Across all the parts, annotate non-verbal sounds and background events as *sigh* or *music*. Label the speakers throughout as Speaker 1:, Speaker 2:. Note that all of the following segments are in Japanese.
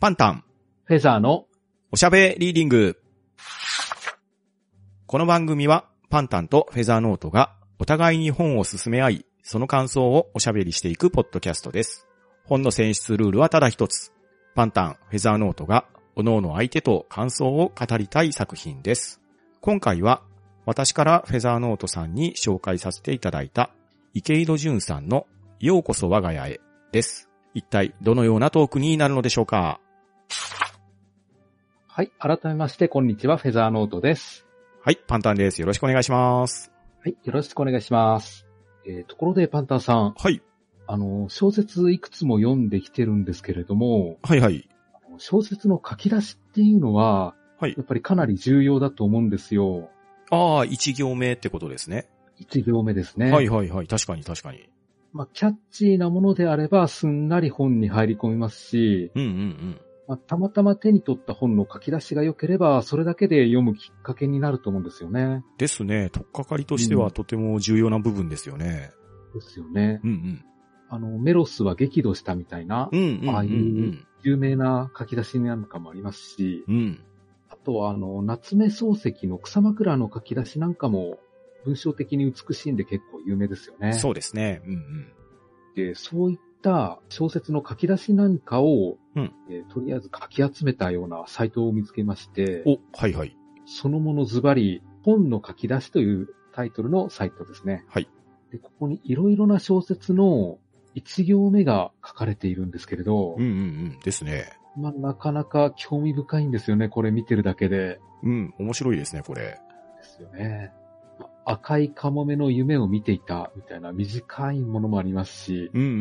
Speaker 1: パンタン、
Speaker 2: フェザーの、
Speaker 1: おしゃべりーディング。この番組は、パンタンとフェザーノートが、お互いに本を進め合い、その感想をおしゃべりしていくポッドキャストです。本の選出ルールはただ一つ。パンタン、フェザーノートが、各々の相手と感想を語りたい作品です。今回は、私からフェザーノートさんに紹介させていただいた、池井戸潤さんの、ようこそ我が家へ、です。一体、どのようなトークになるのでしょうか
Speaker 2: はい、改めまして、こんにちは、フェザーノートです。
Speaker 1: はい、パンタンです。よろしくお願いします。
Speaker 2: はい、よろしくお願いします。えー、ところで、パンタンさん、
Speaker 1: はい、
Speaker 2: あの、小説いくつも読んできてるんですけれども、
Speaker 1: はいはい。
Speaker 2: 小説の書き出しっていうのは、
Speaker 1: はい
Speaker 2: やっぱりかなり重要だと思うんですよ。
Speaker 1: ああ、一行目ってことですね。
Speaker 2: 一行目ですね。
Speaker 1: はいはいはい。確かに確かに。
Speaker 2: まあ、キャッチーなものであれば、すんなり本に入り込みますし、
Speaker 1: うんうんうん。
Speaker 2: まあ、たまたま手に取った本の書き出しが良ければ、それだけで読むきっかけになると思うんですよね。
Speaker 1: ですね。とっかかりとして
Speaker 2: う
Speaker 1: は
Speaker 2: ん
Speaker 1: とても重要な部分ですよね。
Speaker 2: ですよね。
Speaker 1: うん
Speaker 2: あの、メロスは激怒したみたいな
Speaker 1: うん。う、んうんうん、うん。
Speaker 2: ああいう有名な書き出しなんかもありますし、
Speaker 1: うん。
Speaker 2: あとは、あの、夏目漱石の草枕の書き出しなんかも、文章的に美しいんで結構有名ですよね。
Speaker 1: そうですね。うんうん。
Speaker 2: で、そういった小説の書き出しなんかを、
Speaker 1: うん
Speaker 2: えーとりあえず書き集めたようなサイトを見つけまして、
Speaker 1: お、はいはい。
Speaker 2: そのものズバリ、本の書き出しというタイトルのサイトですね。
Speaker 1: はい。
Speaker 2: で、ここにいろいろな小説の一行目が書かれているんですけれど
Speaker 1: うん、うんうん。ですね。
Speaker 2: まあ、なかなか興味深いんですよね、これ見てるだけで。
Speaker 1: うん。面白いですね、これ。
Speaker 2: ですよね。赤いカモメの夢を見ていたみたいな短いものもありますし、
Speaker 1: うんうんう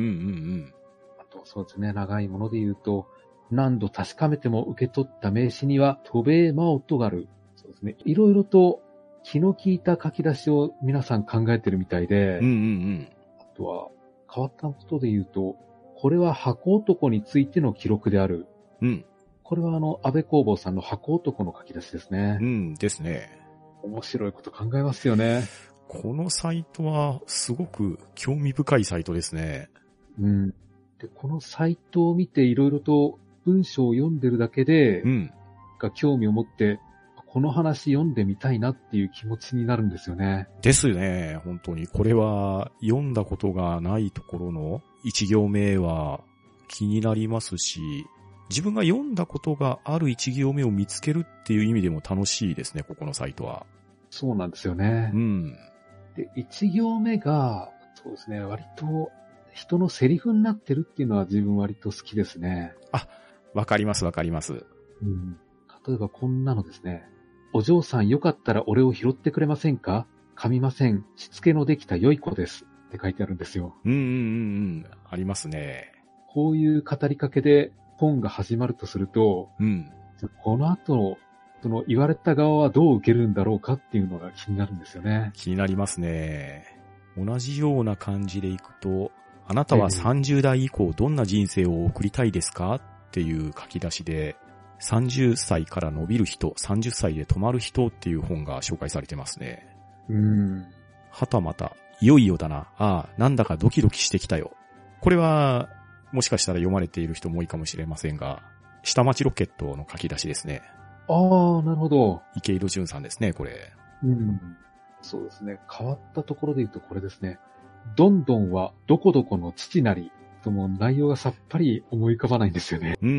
Speaker 1: ん
Speaker 2: あとそうですね、長いもので言うと、何度確かめても受け取った名刺には、渡米マオトガル。そうですね、いろいろと気の利いた書き出しを皆さん考えてるみたいで、
Speaker 1: うん。うんうん
Speaker 2: あとは変わったことで言うと、これは箱男についての記録である。
Speaker 1: うん。うん。
Speaker 2: これはあの、安倍工房さんの箱男の書き出しですね
Speaker 1: う。ん。ですね。
Speaker 2: 面白いこと考えますよね。
Speaker 1: このサイトはすごく興味深いサイトですね。
Speaker 2: うん。で、このサイトを見ていろいろと文章を読んでるだけで
Speaker 1: う、ん。
Speaker 2: が興味を持って、この話読んでみたいなっていう気持ちになるんですよね。
Speaker 1: ですね、本当に。これは読んだことがないところの一行目は気になりますし、自分が読んだことがある一行目を見つけるっていう意味でも楽しいですね、ここのサイトは。
Speaker 2: そうなんですよね
Speaker 1: う。ん。
Speaker 2: で、一行目が、そうですね、割と人のセリフになってるっていうのは自分割と好きですね。
Speaker 1: わかります、わかります。
Speaker 2: うん。例えばこんなのですね。お嬢さんよかったら俺を拾ってくれませんか噛みません。しつけのできた良い子です。って書いてあるんですよ。
Speaker 1: うんうんうんうん。ありますね。
Speaker 2: こういう語りかけで本が始まるとすると、
Speaker 1: うん。
Speaker 2: この後、その言われた側はどう受けるんだろうかっていうのが気になるんですよね。
Speaker 1: 気になりますね。同じような感じでいくと、あなたは
Speaker 2: ええ
Speaker 1: 30代以降どんな人生を送りたいですかっていう書き出しで、30歳から伸びる人、30歳で止まる人っていう本が紹介されてますね。
Speaker 2: うん。
Speaker 1: はたまた、いよいよだな。ああ、なんだかドキドキしてきたよ。これは、もしかしたら読まれている人も多いかもしれませんが、下町ロケットの書き出しですね。
Speaker 2: ああ、なるほど。
Speaker 1: 池井戸潤さんですね、これ。
Speaker 2: うん。そうですね。変わったところで言うとこれですね。どんどんはどこどこの父なり。ともう内容がさっぱり思い浮かばないんですよね。
Speaker 1: うんう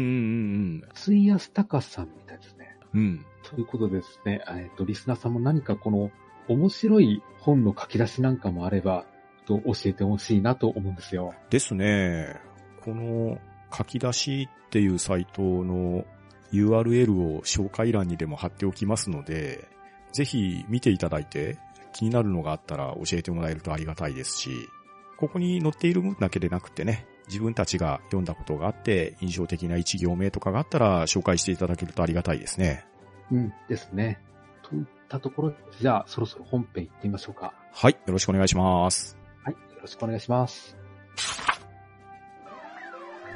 Speaker 1: ん
Speaker 2: 費やすたかさんみたいですね。
Speaker 1: うんうん。うん。
Speaker 2: ということでですね、えっと、リスナーさんも何かこの面白い本の書き出しなんかもあれば、と教えてほしいなと思うんですよ。
Speaker 1: ですね。この書き出しっていうサイトの URL を紹介欄にでも貼っておきますので、ぜひ見ていただいて気になるのがあったら教えてもらえるとありがたいですし、ここに載っている分だけでなくてね、自分たちが読んだことがあって印象的な一行目とかがあったら紹介していただけるとありがたいですね。
Speaker 2: うん、ですね。といったところで、じゃあそろそろ本編行ってみましょうか。
Speaker 1: はい、よろしくお願いします。
Speaker 2: はい、よろしくお願いします。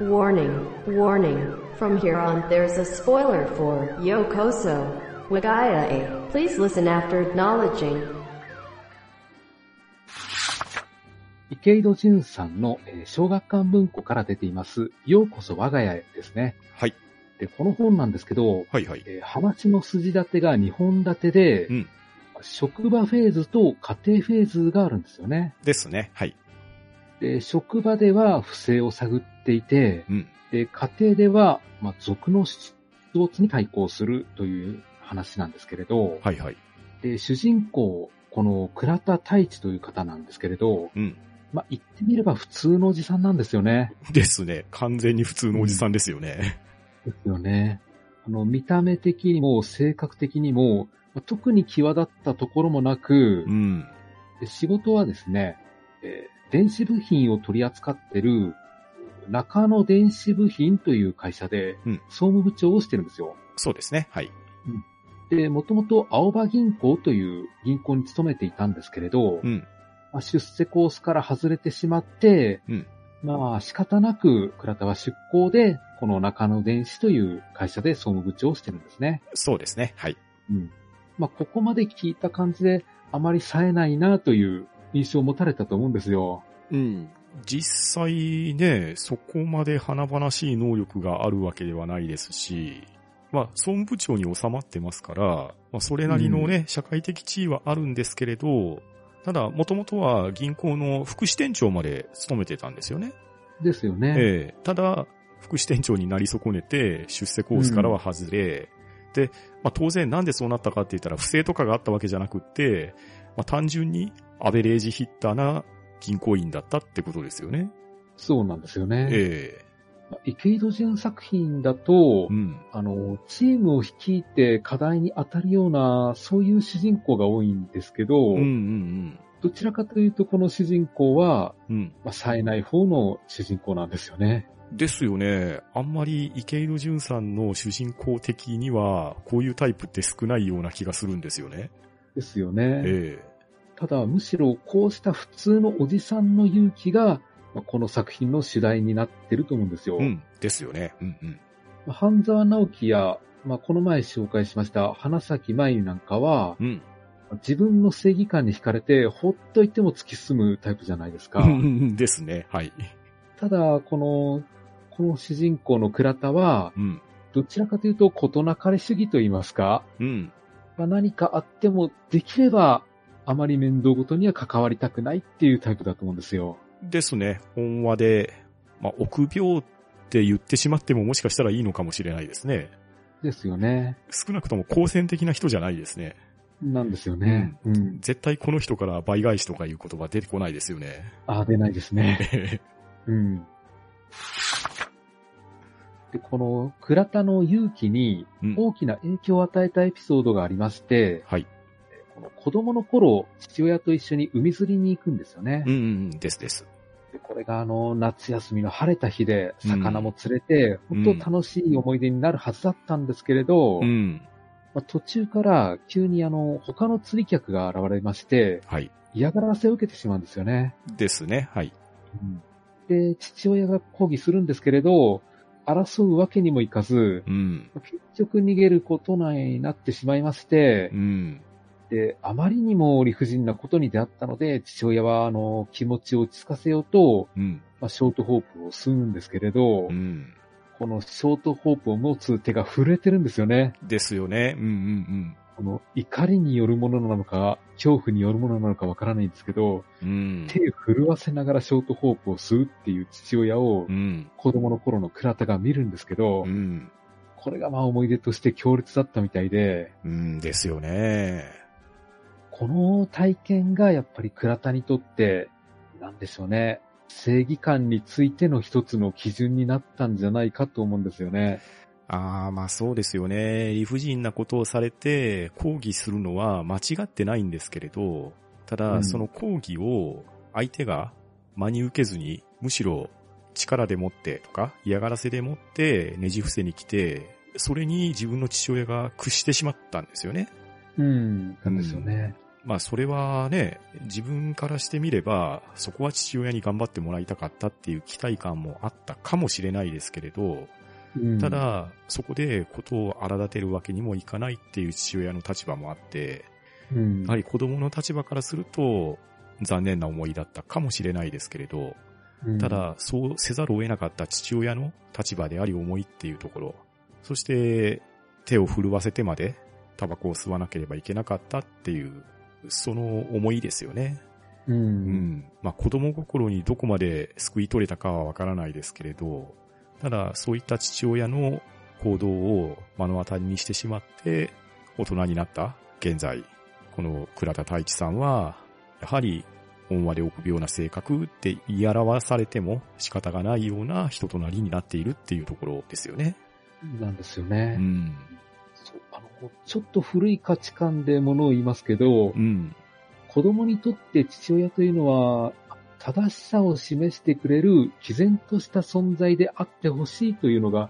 Speaker 3: Warning, warning. From here on, there's a spoiler for Yokoso Wagaya. Please listen after acknowledging.
Speaker 2: 池井戸潤さんのえー小学館文庫から出ています、ようこそ我が家へですね。
Speaker 1: はい。
Speaker 2: で、この本なんですけど、
Speaker 1: はいはい。
Speaker 2: えー話の筋立てが2本立てで、
Speaker 1: うん
Speaker 2: 職場フェーズと家庭フェーズがあるんですよね。
Speaker 1: ですね。はい。
Speaker 2: で、職場では不正を探っていて、
Speaker 1: うん。
Speaker 2: で、家庭では、まあ、俗の出没に対抗するという話なんですけれど、
Speaker 1: はいはい。
Speaker 2: で、主人公、この倉田太一という方なんですけれど、
Speaker 1: うん。
Speaker 2: まあ、言ってみれば普通のおじさんなんですよね。
Speaker 1: ですね。完全に普通のおじさんですよね。
Speaker 2: ですよね。あの、見た目的にも、性格的にも、まあ特に際立ったところもなく
Speaker 1: う、ん。
Speaker 2: で仕事はですね、えー電子部品を取り扱ってる、中野電子部品という会社で
Speaker 1: うん、
Speaker 2: 総務部長をしてるんですよ。
Speaker 1: そうですね。はい。
Speaker 2: で、もともと青葉銀行という銀行に勤めていたんですけれど、
Speaker 1: うん。
Speaker 2: まあ、出世コースから外れてしまって、
Speaker 1: うん
Speaker 2: まあ仕方なく倉田は出向で、この中野電子という会社で総務部長をしてるんですね。
Speaker 1: そうですね。はい。
Speaker 2: うん。まあここまで聞いた感じで、あまり冴えないなという印象を持たれたと思うんですよ。
Speaker 1: うん。実際ね、そこまで華々しい能力があるわけではないですし、まあ、総務部長に収まってますから、まあ、それなりのね、社会的地位はあるんですけれど、ただ、もともとは銀行の副支店長まで務めてたんですよね。
Speaker 2: ですよね。
Speaker 1: ええただ、副支店長になり損ねて、出世コースからは外れ、で、まあ、当然なんでそうなったかって言ったら、不正とかがあったわけじゃなくって、まあ、単純にアベレージヒッターな銀行員だったってことですよね。
Speaker 2: そうなんですよね。
Speaker 1: ええ
Speaker 2: まあ池井戸潤作品だと、
Speaker 1: うん。
Speaker 2: あの、チームを率いて課題に当たるような、そういう主人公が多いんですけど、
Speaker 1: うんうん
Speaker 2: どちらかというとこの主人公は、
Speaker 1: うん。うん。
Speaker 2: まあ、冴えない方の主人公なんですよね。
Speaker 1: ですよね。あんまり池井戸潤さんの主人公的には、こういうタイプって少ないような気がするんですよね。
Speaker 2: ですよね。
Speaker 1: ええ
Speaker 2: ただ、むしろこうした普通のおじさんの勇気が、まあこの作品の主題になってると思うんですよ。
Speaker 1: うん。ですよね。うんうん。
Speaker 2: まあ半沢直樹や、まあ、この前紹介しました花咲舞なんかは、
Speaker 1: うん。
Speaker 2: 自分の正義感に惹かれて、ほっといても突き進むタイプじゃないですか。
Speaker 1: うんうん *laughs* ですね。はい。
Speaker 2: ただ、この、この主人公の倉田は、
Speaker 1: うん。
Speaker 2: どちらかというと、事なかれ主義と言いますか、
Speaker 1: うん。
Speaker 2: まあ、何かあっても、できれば、あまり面倒ごとには関わりたくないっていうタイプだと思うんですよ。
Speaker 1: ですね。本話で、まあ、臆病って言ってしまってももしかしたらいいのかもしれないですね。
Speaker 2: ですよね。
Speaker 1: 少なくとも好戦的な人じゃないですね。
Speaker 2: なんですよね。うん。
Speaker 1: 絶対この人から倍返しとかいう言葉出てこないですよね。
Speaker 2: ああ、出ないですね。うん。で、この倉田の勇気に
Speaker 1: うん
Speaker 2: 大きな影響を与えたエピソードがありまして、
Speaker 1: はい。
Speaker 2: この子供の頃、父親と一緒に海釣りに行くんですよね。
Speaker 1: うんうんうん、ですです。
Speaker 2: でこれがあの、夏休みの晴れた日で、魚も釣れて、
Speaker 1: うん
Speaker 2: 本当楽しい思い出になるはずだったんですけれど、
Speaker 1: うん。
Speaker 2: まあ途中から急にあの、他の釣り客が現れまして、
Speaker 1: はい。
Speaker 2: 嫌がらせを受けてしまうんですよね。
Speaker 1: ですね。はい。
Speaker 2: で、父親が抗議するんですけれど、争うわけにもいかず、
Speaker 1: うん。
Speaker 2: 結局逃げることになってしまいまして
Speaker 1: う、ん。
Speaker 2: で、あまりにも理不尽なことに出会ったので、父親は、あの、気持ちを落ち着かせようと、
Speaker 1: うん。
Speaker 2: まあ、ショートホープを吸うんですけれど、
Speaker 1: うん。
Speaker 2: このショートホープを持つ手が震えてるんですよね。
Speaker 1: ですよね。うんうん
Speaker 2: この怒りによるものなのか、恐怖によるものなのかわからないんですけど、
Speaker 1: うん。うん。
Speaker 2: 手を震わせながらショートホープを吸うっていう父親を
Speaker 1: う、ん。
Speaker 2: 子供の頃の倉田が見るんですけど、
Speaker 1: うん。
Speaker 2: これがまあ思い出として強烈だったみたいで、
Speaker 1: うん。ですよね。
Speaker 2: この体験がやっぱり倉田にとって、なんでしょうね、正義感についての一つの基準になったんじゃないかと思うんですよね。
Speaker 1: ああ、まあそうですよね。理不尽なことをされて抗議するのは間違ってないんですけれど、ただ、
Speaker 2: うん
Speaker 1: その抗議を相手が真に受けずに、むしろ力でもってとか嫌がらせでもってねじ伏せに来て、それに自分の父親が屈してしまったんですよね。
Speaker 2: うん、なんですよね。
Speaker 1: まあそれはね、自分からしてみれば、そこは父親に頑張ってもらいたかったっていう期待感もあったかもしれないですけれど、
Speaker 2: うん
Speaker 1: た、だ、そこでことを荒立てるわけにもいかないっていう父親の立場もあって、
Speaker 2: うん
Speaker 1: やはり子供の立場からすると、残念な思いだったかもしれないですけれど、
Speaker 2: うん
Speaker 1: ただ、そうせざるを得なかった父親の立場であり思いっていうところ、そして、手を震わせてまで、タバコを吸わなければいけなかったっていう、その思いですよね。
Speaker 2: う。
Speaker 1: うんん。まあ、子供心にどこまで救い取れたかはわからないですけれど、ただ、そういった父親の行動を目の当たりにしてしまって、大人になった現在、この倉田太一さんは、やはり、恩和で臆病な性格って言い表されても仕方がないような人となりになっているっていうところですよね。
Speaker 2: なんですよ
Speaker 1: う
Speaker 2: ね、
Speaker 1: ん。
Speaker 2: そうあの。ちょっと古い価値観でものを言いますけど
Speaker 1: う、ん。
Speaker 2: 子供にとって父親というのは、正しさを示してくれる、毅然とした存在であってほしいというのが、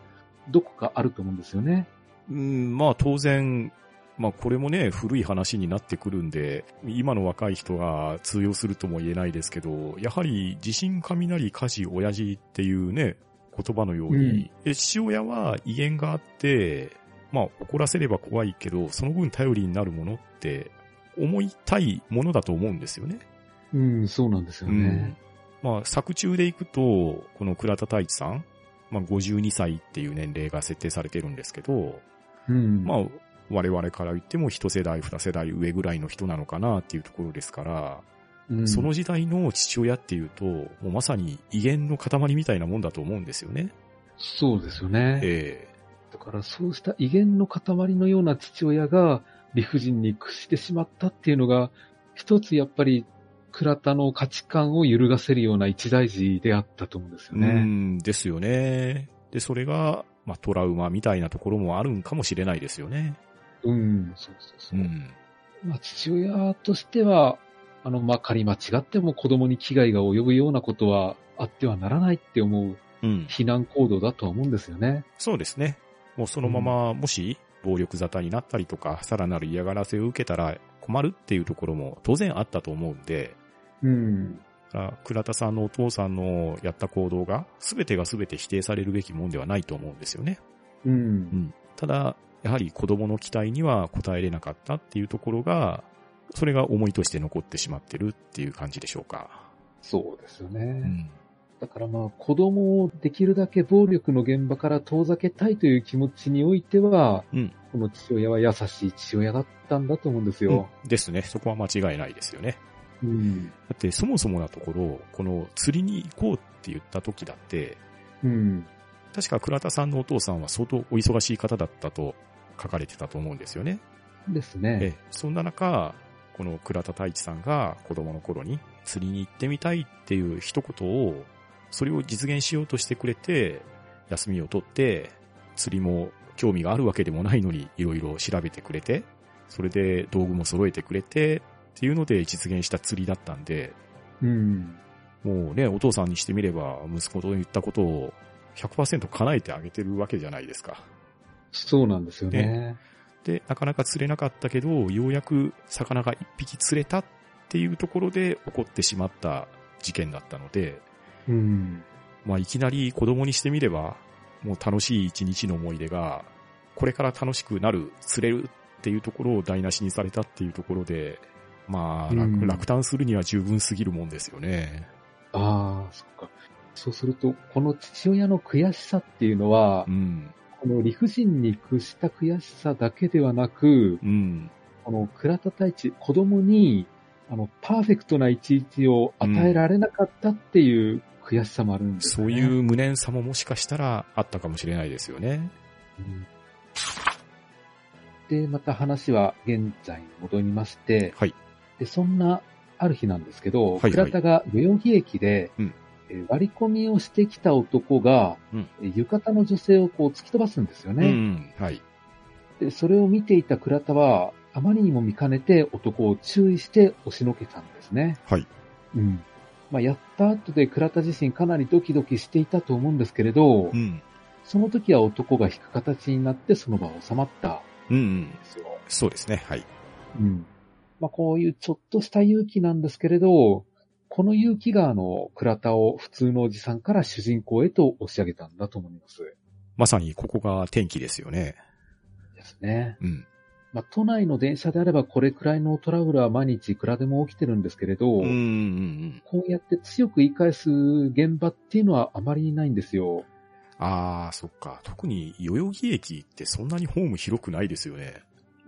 Speaker 2: どこかあると思うんですよね。
Speaker 1: うん、まあ当然、まあこれもね、古い話になってくるんで、今の若い人が通用するとも言えないですけど、やはり地震、雷、火事、親父っていうね、言葉のように、え父親は威厳があって、まあ怒らせれば怖いけど、その分頼りになるものって思いたいものだと思うんですよね。
Speaker 2: うん、そうなんですよね。
Speaker 1: まあ、作中で行くと、この倉田太一さん、まあ52歳っていう年齢が設定されてるんですけど、
Speaker 2: うん。
Speaker 1: まあ、我々から言っても一世代、二世代上ぐらいの人なのかなっていうところですから、
Speaker 2: うん
Speaker 1: その時代の父親っていうと、もうまさに威厳の塊みたいなもんだと思うんですよね。
Speaker 2: そうですよね。
Speaker 1: え
Speaker 2: だからそうした威厳の塊のような父親が理不尽に屈してしまったっていうのが、一つやっぱり倉田の価値観を揺るがせるような一大事であったと思うんです
Speaker 1: え
Speaker 2: よね。
Speaker 1: ん、ですよね。で、それが、まあ、トラウマみたいなところもあるんかもしれないですよね。
Speaker 2: うん、そうそうそう。
Speaker 1: ん。
Speaker 2: まあ、父親としては、あの、まあ、仮間違っても子供に危害が及ぶようなことはあってはならないって思う
Speaker 1: うん。
Speaker 2: 非難行動だとは思うんですよね。
Speaker 1: そうですね。もうそのまま、もし、暴力沙汰になったりとか、さらなる嫌がらせを受けたら困るっていうところも当然あったと思うんで、
Speaker 2: うん。
Speaker 1: あ倉田さんのお父さんのやった行動が、すべてがすべて否定されるべきもんではないと思うんですよね。
Speaker 2: う。
Speaker 1: うんん。ただ、やはり子供の期待には応えれなかったっていうところが、それが思いとして残ってしまってるっていう感じでしょうか。
Speaker 2: そうですよね。
Speaker 1: うん。
Speaker 2: だからまあ子供をできるだけ暴力の現場から遠ざけたいという気持ちにおいては、
Speaker 1: うん
Speaker 2: この父親は優しい父親だったんだと思うんですよ。
Speaker 1: ですね。そこは間違いないですよね。
Speaker 2: うん。
Speaker 1: だって、そもそもなところ、この釣りに行こうって言った時だって、
Speaker 2: うん。
Speaker 1: 確か倉田さんのお父さんは相当お忙しい方だったと書かれてたと思うんですよね。
Speaker 2: ですね。
Speaker 1: ええそんな中、この倉田太一さんが子供の頃に釣りに行ってみたいっていう一言を、それを実現しようとしてくれて、休みを取って、釣りも興味があるわけでもないのにいろいろ調べてくれて、それで道具も揃えてくれてっていうので実現した釣りだったんで、
Speaker 2: うん。
Speaker 1: もうね、お父さんにしてみれば息子と言ったことを100%叶えてあげてるわけじゃないですか。
Speaker 2: そうなんですよね。
Speaker 1: で、なかなか釣れなかったけど、ようやく魚が一匹釣れたっていうところで起こってしまった事件だったので、
Speaker 2: うん。
Speaker 1: まあいきなり子供にしてみれば、もう楽しい一日の思い出が、これから楽しくなる、釣れるっていうところを台無しにされたっていうところで、まあ、
Speaker 2: うん
Speaker 1: 落落胆するには十分すぎるもんですよね。
Speaker 2: ああ、そっか。そうすると、この父親の悔しさっていうのは
Speaker 1: う、ん。
Speaker 2: この理不尽に屈した悔しさだけではなく、
Speaker 1: うん。
Speaker 2: この倉田太一、子供に、あの、パーフェクトな一日を与えられなかったっていう悔しさもあるんです
Speaker 1: そ
Speaker 2: よ
Speaker 1: う
Speaker 2: ね。
Speaker 1: いう無念さももしかしたらあったかもしれないですよね。
Speaker 2: うん。で、また話は現在に戻りまして、
Speaker 1: はい。
Speaker 2: で、そんなある日なんですけど、
Speaker 1: はいはい
Speaker 2: 倉田が代々木駅で、
Speaker 1: うん
Speaker 2: えー割り込みをしてきた男が、
Speaker 1: うん
Speaker 2: えー浴衣の女性をこう突き飛ばすんですよ
Speaker 1: う
Speaker 2: ね、
Speaker 1: ん。はい。
Speaker 2: で。それを見ていた倉田は、あまりにも見かねて男を注意して押しのけたんですね。
Speaker 1: はい。
Speaker 2: うん。まあ、やった後で倉田自身かなりドキドキしていたと思うんですけれど、
Speaker 1: うん。
Speaker 2: その時は男が引く形になってその場は収まったんで
Speaker 1: うん、うん。
Speaker 2: すよ。
Speaker 1: そうですね。はい。
Speaker 2: うん。まあ、こういうちょっとした勇気なんですけれど、この勇気があの、倉田を普通のおじさんから主人公へと押し上げたんだと思います。
Speaker 1: まさにここが天気ですよね。
Speaker 2: ですね。
Speaker 1: うん。
Speaker 2: まあ、都内の電車であればこれくらいのトラブルは毎日いくらでも起きてるんですけれど、
Speaker 1: うんうんうん。
Speaker 2: こうやって強く言い返す現場っていうのはあまりないんですよ。
Speaker 1: ああ、そっか。特に代々木駅ってそんなにホーム広くないですよね。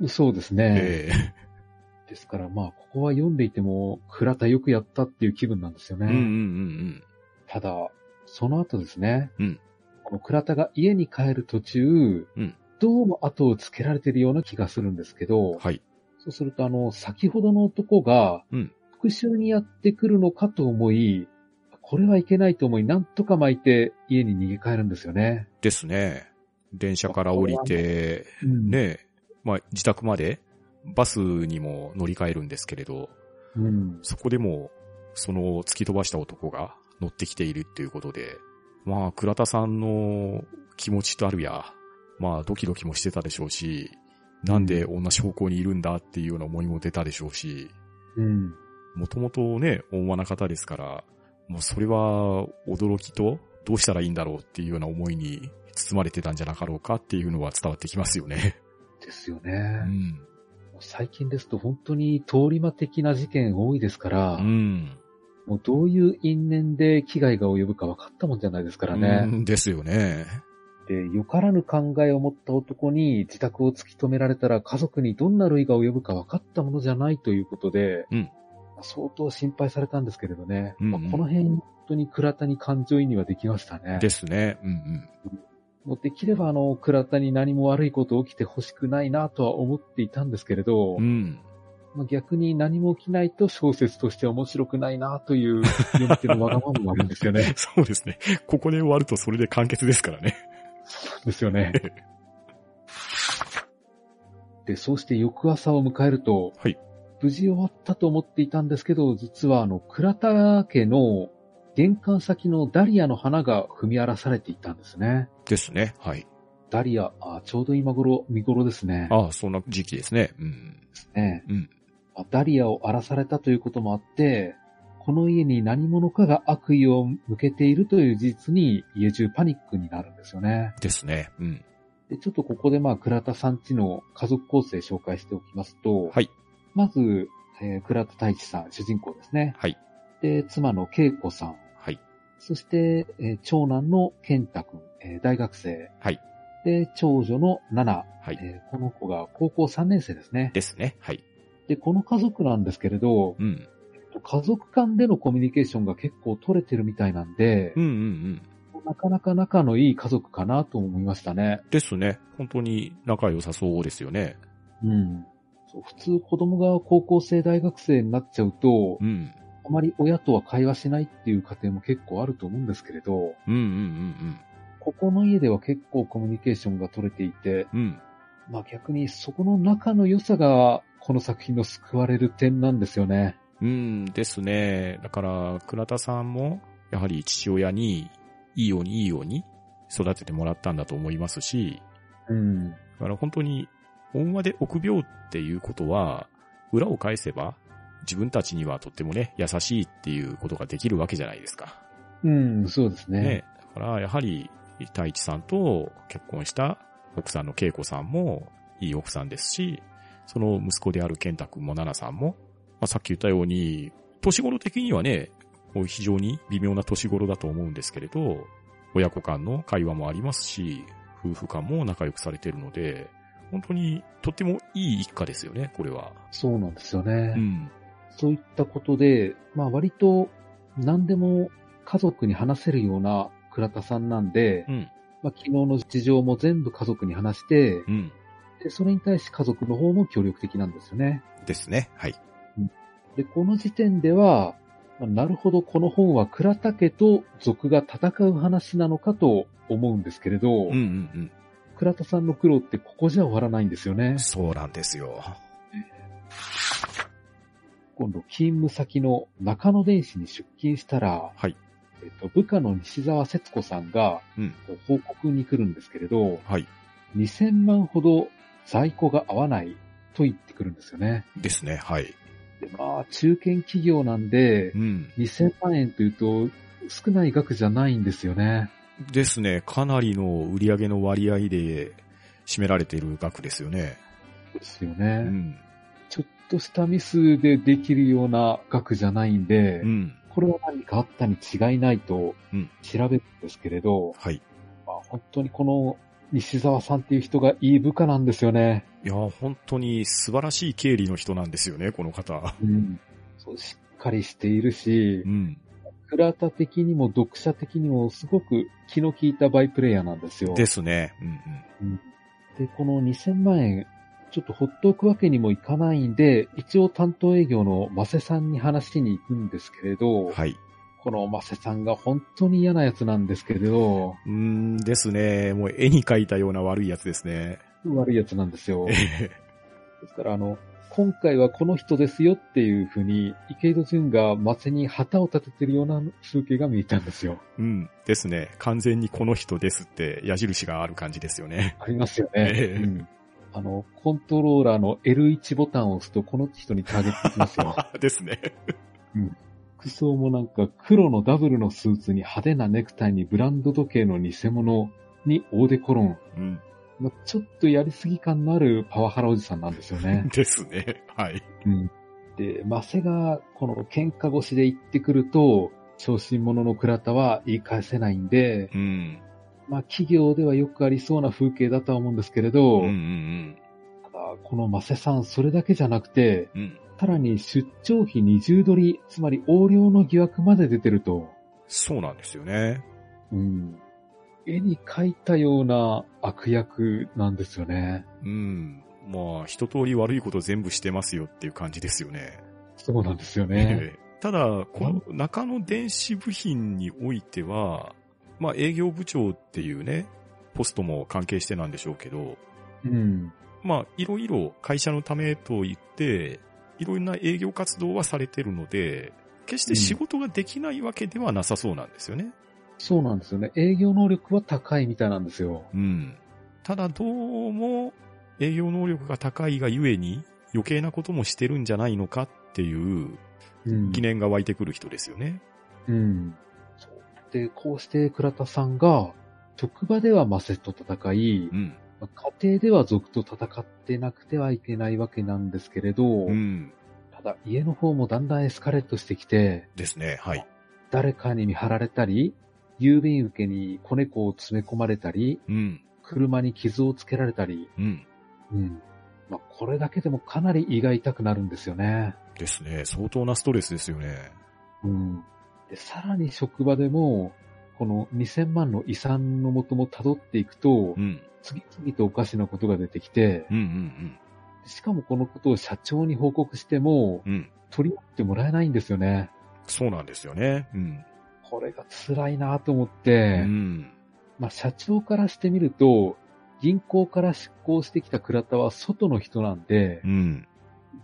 Speaker 2: そうですね。
Speaker 1: ええ
Speaker 2: ですからまあ、ここは読んでいても、倉田よくやったっていう気分なんですよね。
Speaker 1: うんうんうん
Speaker 2: ただ、その後ですね。
Speaker 1: うん
Speaker 2: この倉田が家に帰る途中、
Speaker 1: うん
Speaker 2: どうも後をつけられてるような気がするんですけど、
Speaker 1: うん。はい。
Speaker 2: そうするとあの、先ほどの男が
Speaker 1: うん、
Speaker 2: 復讐にやってくるのかと思い、これはいけないと思い、なんとか巻いて家に逃げ帰るんですよね。
Speaker 1: ですね。電車から降りて、
Speaker 2: うん
Speaker 1: ねえ、まあ自宅までバスにも乗り換えるんですけれど、
Speaker 2: うん。
Speaker 1: そこでも、その突き飛ばした男が乗ってきているっていうことで、まあ倉田さんの気持ちたるや、まあドキドキもしてたでしょうし、なんで女証拠にいるんだっていうような思いも出たでしょうし、
Speaker 2: うん。
Speaker 1: もともとね、温和な方ですから、もうそれは驚きと、どうしたらいいんだろうっていうような思いに包まれてたんじゃなかろうかっていうのは伝わってきますよね。
Speaker 2: ですよ
Speaker 1: う
Speaker 2: ね。
Speaker 1: ん。
Speaker 2: 最近ですと本当に通り魔的な事件多いですから、
Speaker 1: うん。
Speaker 2: もうどういう因縁で危害が及ぶか分かったもんじゃないですからね。
Speaker 1: うんですよね。
Speaker 2: で、よからぬ考えを持った男に自宅を突き止められたら家族にどんな類が及ぶか分かったものじゃないということで、
Speaker 1: うん
Speaker 2: 相当心配されたんですけれどね、
Speaker 1: うんうん
Speaker 2: まあこの辺本当に倉田に感情移入はできましたね。
Speaker 1: ですね。うん
Speaker 2: もうできればあの倉田に何も悪いこと起きてほしくないなとは思っていたんですけれど、
Speaker 1: うん。うん。
Speaker 2: まあ逆に何も起きないと小説として面白くないなという読み手のわがままもあるんです
Speaker 1: *laughs*
Speaker 2: よね。
Speaker 1: そうですね。ここで終わるとそれで完結ですからね。
Speaker 2: ですよね。 *laughs* で、そうして翌朝を迎えると、
Speaker 1: はい
Speaker 2: 無事終わったと思っていたんですけど、実はあの、倉田家の玄関先のダリアの花が踏み荒らされていたんですね。
Speaker 1: ですね。はい。
Speaker 2: ダリア、あちょうど今頃、見頃ですね。
Speaker 1: ああ、そんな時期ですね。うん。
Speaker 2: ですね。
Speaker 1: うん。
Speaker 2: まあダリアを荒らされたということもあって、この家に何者かが悪意を向けているという事実に家中パニックになるんですよね。
Speaker 1: ですね。うん。
Speaker 2: で、ちょっとここでまあ、倉田さんちの家族構成紹介しておきますと、
Speaker 1: はい。
Speaker 2: まず、えー倉田太一さん、主人公ですね。
Speaker 1: はい。
Speaker 2: で、妻の恵子さん、
Speaker 1: はい。
Speaker 2: そして、えー長男の健太くん、えー大学生。
Speaker 1: はい。
Speaker 2: で、長女の奈
Speaker 1: は
Speaker 2: 々、
Speaker 1: い。
Speaker 2: えーこの子が高校3年生ですね。
Speaker 1: ですね。はい。
Speaker 2: で、この家族なんですけれど、
Speaker 1: うん。
Speaker 2: 家族間でのコミュニケーションが結構取れてるみたいなんで
Speaker 1: う、んうんうん。
Speaker 2: なかなか仲のいい家族かなと思いましたね。
Speaker 1: ですね。本当に仲良さそうですよね。
Speaker 2: うん。そう普通子供が高校生、大学生になっちゃうと、
Speaker 1: うん。
Speaker 2: あまり親とは会話しないっていう家庭も結構あると思うんですけれど、
Speaker 1: うんうん
Speaker 2: ここの家では結構コミュニケーションが取れていて、
Speaker 1: うんうん。うん。
Speaker 2: まあ逆にそこの仲の良さが、この作品の救われる点なんですよね。
Speaker 1: うんですね。だから、倉田さんも、やはり父親に、いいようにいいように育ててもらったんだと思いますし、
Speaker 2: うん。
Speaker 1: だから本当に、恩和で臆病っていうことは、裏を返せば、自分たちにはとってもね、優しいっていうことができるわけじゃないですか。
Speaker 2: うん、そうですね。
Speaker 1: ね、だからやはり、太一さんと結婚した奥さんの恵子さんもいい奥さんですし、その息子である健太くんも奈々さんも、まあ、さっき言ったように、年頃的にはね、もう非常に微妙な年頃だと思うんですけれど、親子間の会話もありますし、夫婦間も仲良くされているので、本当にとってもいい一家ですよね、これは。
Speaker 2: そうなんですよね。
Speaker 1: うん。
Speaker 2: そういったことで、まあ割と何でも家族に話せるような倉田さんなんで、
Speaker 1: うん。
Speaker 2: まあ昨日の事情も全部家族に話して、
Speaker 1: うん。
Speaker 2: で、それに対して家族の方も協力的なんですよね。
Speaker 1: ですね。はい。
Speaker 2: で、この時点では、まあなるほどこの本は倉田家と族が戦う話なのかと思うんですけれ
Speaker 1: う
Speaker 2: ど、
Speaker 1: んうん
Speaker 2: 倉田さんの苦労ってここじゃ終わらないんですよ
Speaker 1: う
Speaker 2: ね
Speaker 1: ん。。そうなんですよ。
Speaker 2: 今度、勤務先の中野電子に出勤したら、
Speaker 1: はい
Speaker 2: えっと、部下の西澤節子さんが
Speaker 1: うん、
Speaker 2: 報告に来るんですけれど、
Speaker 1: はい。
Speaker 2: 2000万ほど在庫が合わないと言ってくるんですよね。
Speaker 1: ですね。はい。
Speaker 2: でまあ、中堅企業なんで、
Speaker 1: うん。
Speaker 2: 2000万円というと、少ない額じゃないんですよね。
Speaker 1: ですね。かなりの売り上げの割合で占められている額ですよね。
Speaker 2: ですよ
Speaker 1: う
Speaker 2: ね。
Speaker 1: ん。
Speaker 2: ちょっとしたミスでできるような額じゃないんで、
Speaker 1: うん。
Speaker 2: これは何かあったに違いないと
Speaker 1: うん
Speaker 2: 調べるんですけれど、
Speaker 1: はい。
Speaker 2: まあ本当にこの西澤さんっていう人がいい部下なんですよね。
Speaker 1: いやー、本当に素晴らしい経理の人なんですよね、この方。
Speaker 2: うん。そうしっかりしているし
Speaker 1: う、ん。
Speaker 2: 倉田的にも読者的にもすごく気の利いたバイプレイヤーなんですよ。
Speaker 1: ですね。うんうん。
Speaker 2: で、この2000万円、ちょっとほっとくわけにもいかないんで、一応担当営業のマセさんに話しに行くんですけれど、
Speaker 1: はい。
Speaker 2: このマセさんが本当に嫌なやつなんですけれど、
Speaker 1: うーんですね。もう絵に描いたような悪いやつですね。 *laughs*
Speaker 2: 悪いやつなんですよ。
Speaker 1: え
Speaker 2: で
Speaker 1: へへ
Speaker 2: すから、あの、今回はこの人ですよっていうふうに、池井戸潤がマセに旗を立ててるような風景が見えたんですよ。
Speaker 1: うん。ですね。完全にこの人ですって矢印がある感じですよね。 *laughs*
Speaker 2: ありますよね
Speaker 1: え。え
Speaker 2: うんあの、コントローラーの L1 ボタンを押すと、この人にターゲットできま
Speaker 1: *laughs*
Speaker 2: すよ。
Speaker 1: ですね。
Speaker 2: 服装もなんか黒のダブルのスーツに派手なネクタイにブランド時計の偽物にオーデコロン。
Speaker 1: うん。。
Speaker 2: まあ、ちょっとやりすぎ感のあるパワハラおじさんなんですよね
Speaker 1: ですね。はい。
Speaker 2: うん、で、マセがこの喧嘩越しで行ってくると、小心者の倉田は言い返せないんで、
Speaker 1: うん。
Speaker 2: まあ企業ではよくありそうな風景だとは思うんですけれ
Speaker 1: う
Speaker 2: ど、
Speaker 1: んうん
Speaker 2: ただこのマセさんそれだけじゃなくて、
Speaker 1: うん。うん。
Speaker 2: さらに出張費20ドリ、つまり横領の疑惑まで出てると。
Speaker 1: そうなんですよね。
Speaker 2: うん。絵に描いたような悪役なんですよね。
Speaker 1: うん。まあ、一通り悪いこと全部してますよっていう感じですよね。
Speaker 2: そうなんです
Speaker 1: *laughs*
Speaker 2: よね。
Speaker 1: ええただ、この中野電子部品においては、まあ営業部長っていうね、ポストも関係してなんでしょうけど、
Speaker 2: うん。
Speaker 1: まあいろいろ会社のためと言って、いろんな営業活動はされてるので、決して仕事ができないわけではなさそうなんですよね。
Speaker 2: そうなんですよね。営業能力は高いみたいなんですよ。
Speaker 1: うん。ただどうも営業能力が高いがゆえに余計なこともしてるんじゃないのかっていう
Speaker 2: うん。
Speaker 1: 疑念が湧いてくる人ですよね。
Speaker 2: うん。そうで、こうして倉田さんが、職場ではマセと戦い、
Speaker 1: うん。
Speaker 2: 家庭では族と戦ってなくてはいけないわけなんですけれど、
Speaker 1: うん。
Speaker 2: ただ家の方もだんだんエスカレートしてきて、
Speaker 1: ですね。はい。
Speaker 2: 誰かに見張られたり、郵便受けに子猫を詰め込まれたり、
Speaker 1: うん。
Speaker 2: 車に傷をつけられたり、
Speaker 1: うん。
Speaker 2: うん。まあ、これだけでもかなり胃が痛くなるんですよね。
Speaker 1: ですね。相当なストレスですよね。
Speaker 2: うん。で、さらに職場でも、この2000万の遺産のもとも辿っていくと
Speaker 1: う、ん。
Speaker 2: 次々とおかしなことが出てきて、
Speaker 1: うんうん
Speaker 2: しかもこのことを社長に報告しても、
Speaker 1: うん。うん。
Speaker 2: 取り合ってもらえないんですよね。
Speaker 1: そうなんですよね。うん。
Speaker 2: これが辛いなと思っ
Speaker 1: う
Speaker 2: て、
Speaker 1: ん。
Speaker 2: まあ、社長からしてみると、銀行から出向してきた倉田は外の人なんで、
Speaker 1: うん。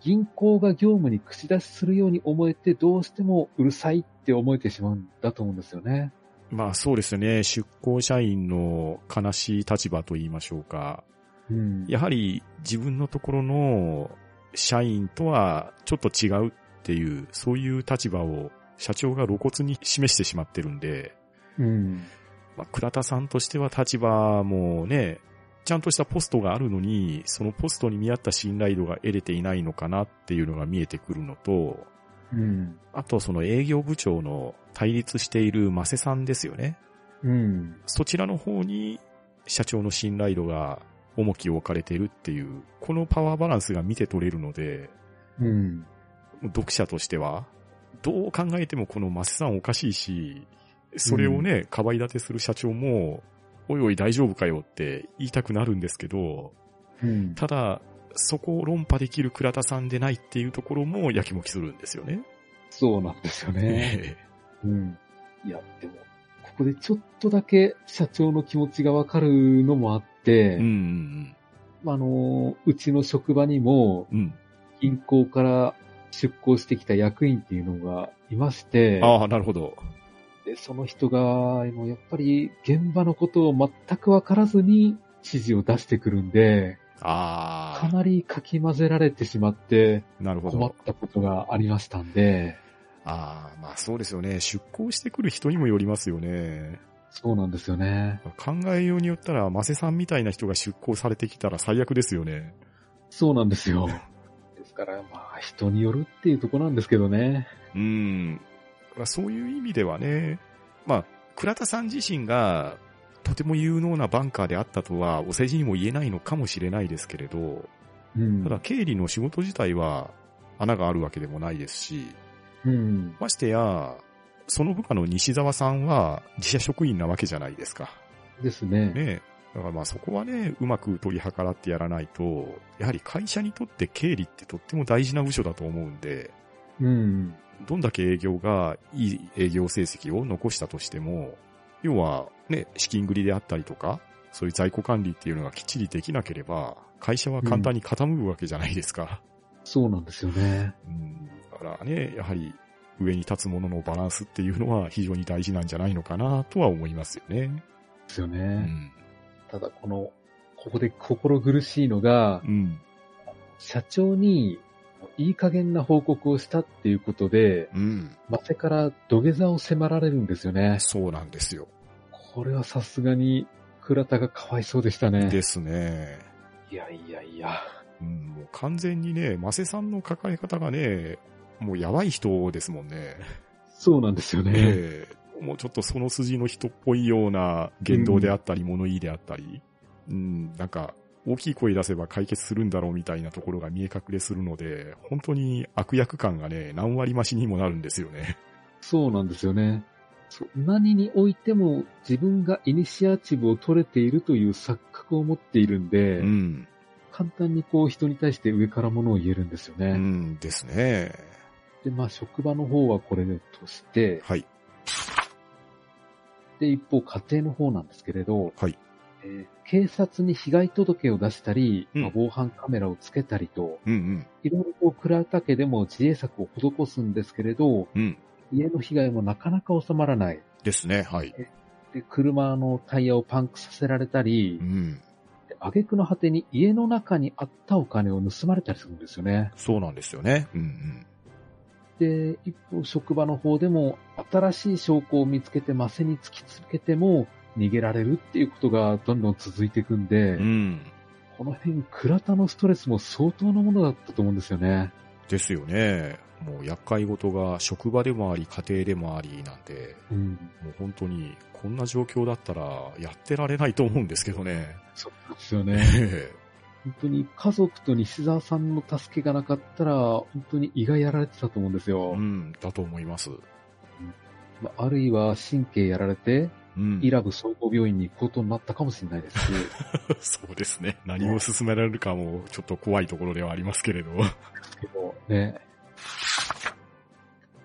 Speaker 2: 銀行が業務に口出しするように思えて、どうしてもうるさいって思えてしまうんだと思うんですよね。
Speaker 1: まあそうですね。出向社員の悲しい立場と言いましょうか。
Speaker 2: うん。
Speaker 1: やはり自分のところの社員とはちょっと違うっていう、そういう立場を社長が露骨に示してしまってるんで、
Speaker 2: うん。
Speaker 1: まあ、倉田さんとしては立場もね、ちゃんとしたポストがあるのに、そのポストに見合った信頼度が得れていないのかなっていうのが見えてくるのと、
Speaker 2: うん。
Speaker 1: あとその営業部長の対立しているマセさんですよね。
Speaker 2: うん。
Speaker 1: そちらの方に社長の信頼度が重きを置かれているっていう、このパワーバランスが見て取れるので、
Speaker 2: うん。
Speaker 1: 読者としては、どう考えてもこのマセさんおかしいし、それをね、かばい立てする社長も、おいおい大丈夫かよって言いたくなるんですけど、
Speaker 2: うん。
Speaker 1: ただ、そこを論破できる倉田さんでないっていうところもやきもきするんですよね。
Speaker 2: そうなんですよね。うん。いや、でも、ここでちょっとだけ社長の気持ちがわかるのもあっ
Speaker 1: *laughs*
Speaker 2: て、
Speaker 1: うんうん
Speaker 2: あの、うちの職場にも
Speaker 1: うん。うん。
Speaker 2: 銀行から出向してきた役員っていうのがいまして、
Speaker 1: ああ、なるほど。
Speaker 2: で、その人が、あのやっぱり現場のことを全くわからずに指示を出してくるんで、か
Speaker 1: ああ、
Speaker 2: なりかき混ぜられてしまって
Speaker 1: なるほ
Speaker 2: 困っ
Speaker 1: ど。
Speaker 2: たことがありましたんで、
Speaker 1: ああ、まあそうですよね。出向してくる人にもよりますよね。
Speaker 2: そうなんですよね。
Speaker 1: 考えようによったら、マセさんみたいな人が出向されてきたら最悪ですよね。
Speaker 2: そうなんですよ。 *laughs* ですから、まあ、人によるっていうとこなんですけどね。
Speaker 1: うん。まあ、そういう意味ではね、まあ、倉田さん自身がとても有能なバンカーであったとは、お世辞にも言えないのかもしれないですけれど、
Speaker 2: うん。
Speaker 1: ただ、経理の仕事自体は穴があるわけでもないですし、
Speaker 2: うん。
Speaker 1: ましてや、その部下の西沢さんは自社職員なわけじゃないですか。
Speaker 2: ですね。
Speaker 1: ねだからまあそこはね、うまく取り計らってやらないと、やはり会社にとって経理ってとっても大事な部署だと思うんで、
Speaker 2: うん。
Speaker 1: どんだけ営業がいい営業成績を残したとしても、要はね、資金繰りであったりとか、そういう在庫管理っていうのがきっちりできなければ、会社は簡単に傾くわけじゃないですか。
Speaker 2: そうなんですよね。
Speaker 1: うん、だからね、やはり上に立つもののバランスっていうのは非常に大事なんじゃないのかなとは思いますよね。
Speaker 2: ですよ
Speaker 1: う
Speaker 2: ね。
Speaker 1: ん。
Speaker 2: ただ、この、ここで心苦しいのが、
Speaker 1: うん。
Speaker 2: 社長に、いい加減な報告をしたっていうことで、
Speaker 1: うん。
Speaker 2: マセから土下座を迫られるんですよね。
Speaker 1: そうなんですよ。
Speaker 2: これはさすがに、倉田がかわいそうでしたね。
Speaker 1: ですね。
Speaker 2: いやいやいや。
Speaker 1: うん、もう完全にね、マセさんの抱え方がね、もうやばい人ですもんね。
Speaker 2: そうなんですよね。
Speaker 1: ええもうちょっとその筋の人っぽいような言動であったり、物言いであったり、うん、なんか、大きい声出せば解決するんだろうみたいなところが見え隠れするので、本当に悪役感がね、何割増しにもなるんですよね。
Speaker 2: そうなんですよね。そう何においても自分がイニシアチブを取れているという錯覚を持っているんで、
Speaker 1: ん。
Speaker 2: 簡単にこう人に対して上からものを言えるんですよね。
Speaker 1: うんですね。
Speaker 2: で、まあ職場の方はこれとして、
Speaker 1: はい。
Speaker 2: で、一方家庭の方なんですけれど、
Speaker 1: はい
Speaker 2: えー警察に被害届を出したり、
Speaker 1: うん
Speaker 2: まあ防犯カメラをつけたりと、
Speaker 1: うん
Speaker 2: いろいろこう倉田家でも自衛策を施すんですけれど、
Speaker 1: うん。うん。
Speaker 2: 家の被害もなかなか収まらない。
Speaker 1: ですね。はい。
Speaker 2: で、車のタイヤをパンクさせられたり
Speaker 1: う、ん。
Speaker 2: で挙句の果てに家の中にあったお金を盗まれたりするんですよね。
Speaker 1: そうなんですよね。うん
Speaker 2: で、一方職場の方でも新しい証拠を見つけてマセに突きつけても逃げられるっていうことがどんどん続いていくんで、
Speaker 1: うん。うん。
Speaker 2: この辺倉田のストレスも相当なものだったと思うんですよね。
Speaker 1: ですよね。もう厄介事が職場でもあり、家庭でもありなんで、
Speaker 2: うん。
Speaker 1: もう本当に、こんな状況だったら、やってられないと思うんですけどね。
Speaker 2: そうですよね。
Speaker 1: え
Speaker 2: 本当に家族と西澤さんの助けがなかったら、本当に胃がやられてたと思うんです
Speaker 1: え
Speaker 2: よ
Speaker 1: *laughs* う。ん、だと思います。
Speaker 2: まああるいは神経やられて、
Speaker 1: うん
Speaker 2: イラブ総合病院に行くことになったかもしれない *laughs* ですし、
Speaker 1: *laughs* そうですね。何を進められるかも、ちょっと怖いところではありますけれど。
Speaker 2: けどね。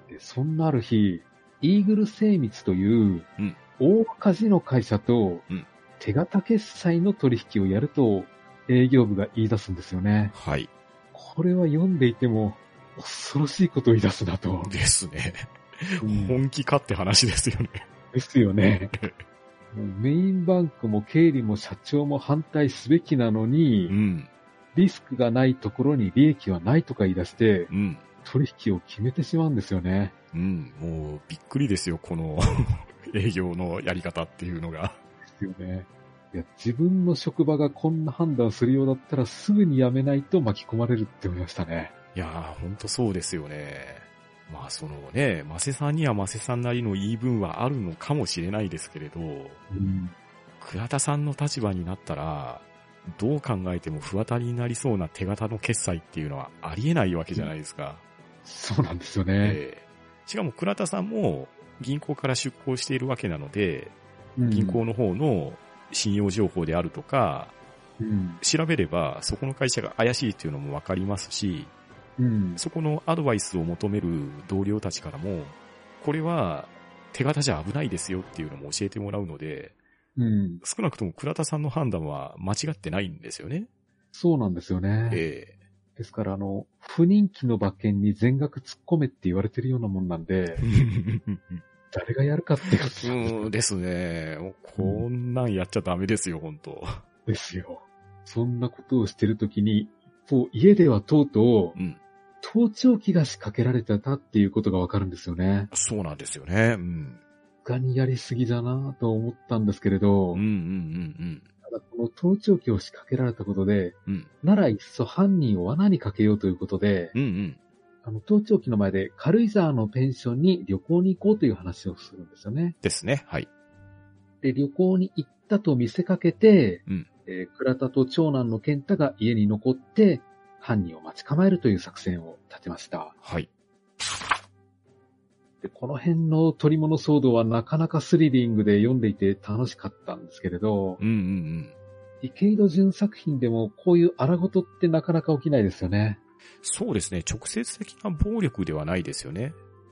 Speaker 2: でそんなある日、イーグル精密という
Speaker 1: うん、
Speaker 2: 大赤字の会社と
Speaker 1: うん、
Speaker 2: 手形決済の取引をやると、営業部が言い出すんですよね。
Speaker 1: *laughs* はい。
Speaker 2: これは読んでいても、恐ろしいことを言い出すなと。
Speaker 1: ですね。
Speaker 2: うん
Speaker 1: 本気かって話ですよね。
Speaker 2: ですよ *laughs* ね。もうメインバンクも経理も社長も反対すべきなのに、
Speaker 1: うん、
Speaker 2: リスクがないところに利益はないとか言い出して、
Speaker 1: うん、
Speaker 2: 取引を決めてしまうんですよね。
Speaker 1: うん。もう、びっくりですよ、この *laughs* 営業のやり方っていうのが。
Speaker 2: ですよね。いや、自分の職場がこんな判断するようだったらすぐに辞めないと巻き込まれるって思いましたね。
Speaker 1: いやー、ほんとそうですよね。まあ、そのね、マセさんにはマセさんなりの言い分はあるのかもしれないですけれど、
Speaker 2: うん。
Speaker 1: 倉田さんの立場になったら、どう考えても不当たりになりそうな手形の決済っていうのはありえないわけじゃないですか。
Speaker 2: そうなんですよね。
Speaker 1: ええしかも倉田さんも銀行から出向しているわけなので、
Speaker 2: うん
Speaker 1: 銀行の方の信用情報であるとか、
Speaker 2: うん。
Speaker 1: 調べればそこの会社が怪しいっていうのもわかりますし、
Speaker 2: うん。
Speaker 1: そこのアドバイスを求める同僚たちからも、これは手形じゃ危ないですよっていうのも教えてもらうので、
Speaker 2: うん。
Speaker 1: 少なくとも倉田さんの判断は間違ってないんですよね。
Speaker 2: そうなんですよね。
Speaker 1: え
Speaker 2: ですから、あの、不人気の馬券に全額突っ込めって言われてるようなもんなんで
Speaker 1: え、
Speaker 2: 誰がやるかっていう
Speaker 1: うーんですね。もうこんなんやっちゃダメですよ、本当
Speaker 2: ですよ。そんなことをしてるときに、こう、家ではとうとう、
Speaker 1: うん。
Speaker 2: 盗聴器が仕掛けられてたっていうことがわかるんですよね。
Speaker 1: そうなんですよね。うん。
Speaker 2: 他にやりすぎだなぁと思ったんですけれど、
Speaker 1: うんうんうん
Speaker 2: ただこの盗聴器を仕掛けられたことで、
Speaker 1: うん。うん。
Speaker 2: ならいっそ犯人を罠にかけようということで、
Speaker 1: うんうん。
Speaker 2: あの盗聴器の前で軽井沢のペンションに旅行に行こうという話をするんですよね。
Speaker 1: ですね。はい。
Speaker 2: って旅行に行ったと見せかけて、
Speaker 1: うん
Speaker 2: えー倉田と長男の健太が家に残って、犯人を待ち構えるという作戦を立てました。
Speaker 1: はい。
Speaker 2: でこの辺の取り物騒動はなかなかスリリングで読んでいて楽しかったんですけれど、
Speaker 1: うんうんうん。
Speaker 2: 池井戸潤作品でもこういう荒事ってなかなか起きないですよね。
Speaker 1: そうですね。直接的な暴力ではないですよね。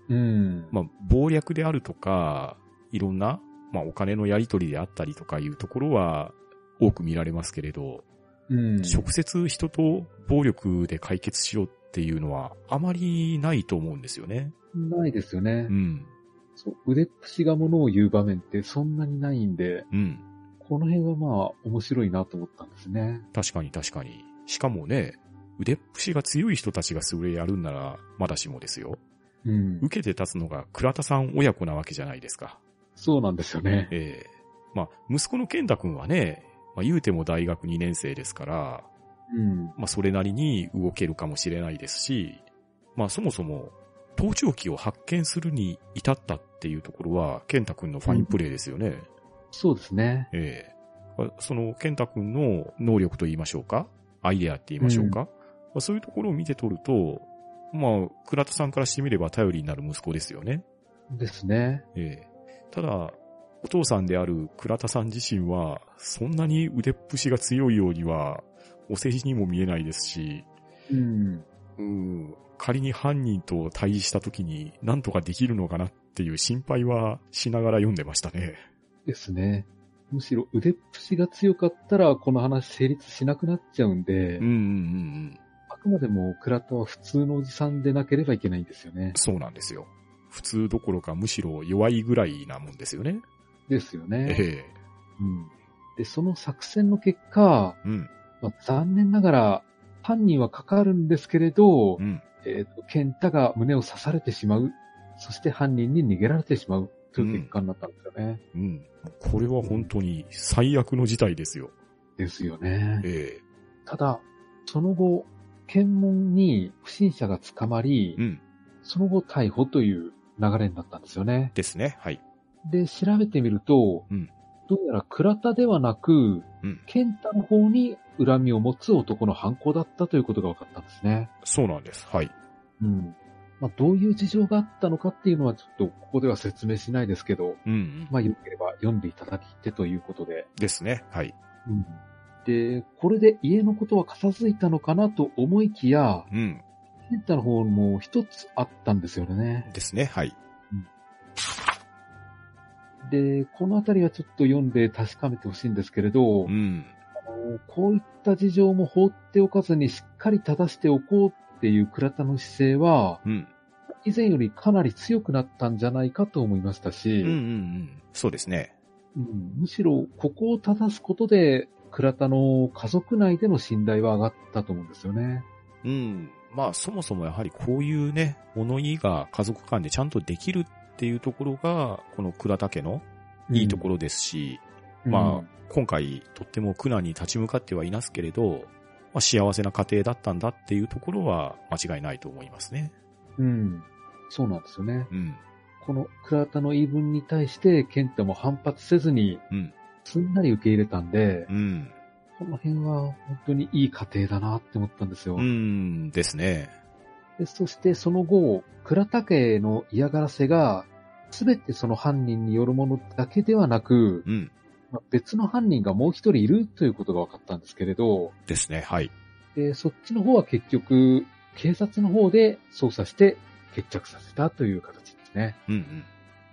Speaker 2: うん。
Speaker 1: まあ、暴略であるとか、いろんな、まあ、お金のやり取りであったりとかいうところは多く見られますけれど、
Speaker 2: うん。
Speaker 1: 直接人と暴力で解決しようっていうのはあまりないと思うんですよね。
Speaker 2: ないですよね
Speaker 1: う。ん。
Speaker 2: そう腕っぷしがものを言う場面ってそんなにないんで、
Speaker 1: うん。
Speaker 2: この辺はまあ面白いなと思ったんですね。
Speaker 1: 確かに確かに。しかもね、腕っぷしが強い人たちがそれやるんなら、まだしもですよ。
Speaker 2: うん。
Speaker 1: 受けて立つのが倉田さん親子なわけじゃないですか。
Speaker 2: そうなんですよね。
Speaker 1: ええまあ、息子の健太くんはね、まあ、言うても大学2年生ですから、
Speaker 2: うん。
Speaker 1: まあ、それなりに動けるかもしれないですし、まあ、そもそも、盗聴器を発見するに至ったっていうところは、健太くんのファインプレーですよね。
Speaker 2: そうですね。
Speaker 1: ええあその、健太くんの能力と言いましょうかアイデアって言いましょうか、まあそういうところを見て取ると、まあ、倉田さんからしてみれば頼りになる息子ですよね。
Speaker 2: ですね。
Speaker 1: ええただ、お父さんである倉田さん自身は、そんなに腕っぷしが強いようには、お世辞にも見えないですし、
Speaker 2: うん。
Speaker 1: うん、仮に犯人と対峙した時に何とかできるのかなっていう心配はしながら読んでましたね。
Speaker 2: ですね。むしろ腕っぷしが強かったらこの話成立しなくなっちゃうんで、
Speaker 1: うんうんうん。
Speaker 2: あくまでも倉田は普通のおじさんでなければいけないんですよね。
Speaker 1: そうなんですよ。普通どころかむしろ弱いぐらいなもんですよね。
Speaker 2: ですよね。
Speaker 1: え
Speaker 2: うん。で、その作戦の結果、
Speaker 1: え。うん。
Speaker 2: まあ、残念ながら犯人はかかるんですけれど、
Speaker 1: うん。
Speaker 2: えっ、と、ケンタが胸を刺されてしまう。そして犯人に逃げられてしまうという結果になったんですよね。
Speaker 1: うん。これは本当に最悪の事態ですよ。
Speaker 2: ですよね。
Speaker 1: え
Speaker 2: ただ、その後、検問に不審者が捕まり
Speaker 1: え。、うん。
Speaker 2: その後逮捕という流れになったんですよね。
Speaker 1: ですね。はい。
Speaker 2: で、調べてみると、
Speaker 1: うん
Speaker 2: どうやら倉田ではなく、
Speaker 1: うん。
Speaker 2: ケンタの方に恨みを持つ男の犯行だったということが分かったんですね。
Speaker 1: そうなんです。はい。
Speaker 2: うん。まあ、どういう事情があったのかっていうのはちょっとここでは説明しないですけど、
Speaker 1: うん、うん。
Speaker 2: まあ、よければ読んでいただいてということで。
Speaker 1: ですね。はい。
Speaker 2: で、これで家のことは片付いたのかなと思いきや、
Speaker 1: うん。
Speaker 2: ケンタの方も一つあったんですよね。
Speaker 1: ですね。はい。
Speaker 2: で、このあたりはちょっと読んで確かめてほしいんですけれど、
Speaker 1: うん。
Speaker 2: あのこういった事情も放っておかずにしっかり正しておこうっていう倉田の姿勢は、
Speaker 1: うん。
Speaker 2: 以前よりかなり強くなったんじゃないかと思いましたし、
Speaker 1: うんうんうん。そうですね。
Speaker 2: うんむしろここを正すことで、倉田の家族内での信頼は上がったと思うんですよね。
Speaker 1: うん。まあ、そもそもやはりこういうね、物言いが家族間でちゃんとできるっていうところが、この倉田家のいいところですし、
Speaker 2: うん、
Speaker 1: まあ、今回とっても苦難に立ち向かってはいますけれど、まあ、幸せな家庭だったんだっていうところは間違いないと思いますね。
Speaker 2: うん。そうなんですよね。
Speaker 1: うん。
Speaker 2: この倉田の言い分に対して、健太も反発せずに
Speaker 1: うん。
Speaker 2: すんなり受け入れたんで、
Speaker 1: うん。
Speaker 2: この辺は本当にいい家庭だなって思ったんですよ。
Speaker 1: うんですね。
Speaker 2: でそしてその後、倉田家の嫌がらせが、すべてその犯人によるものだけではなく、
Speaker 1: うん。
Speaker 2: まあ別の犯人がもう一人いるということが分かったんですけれど、
Speaker 1: ですね。はい。
Speaker 2: で、そっちの方は結局、警察の方で捜査して決着させたという形ですね。
Speaker 1: うん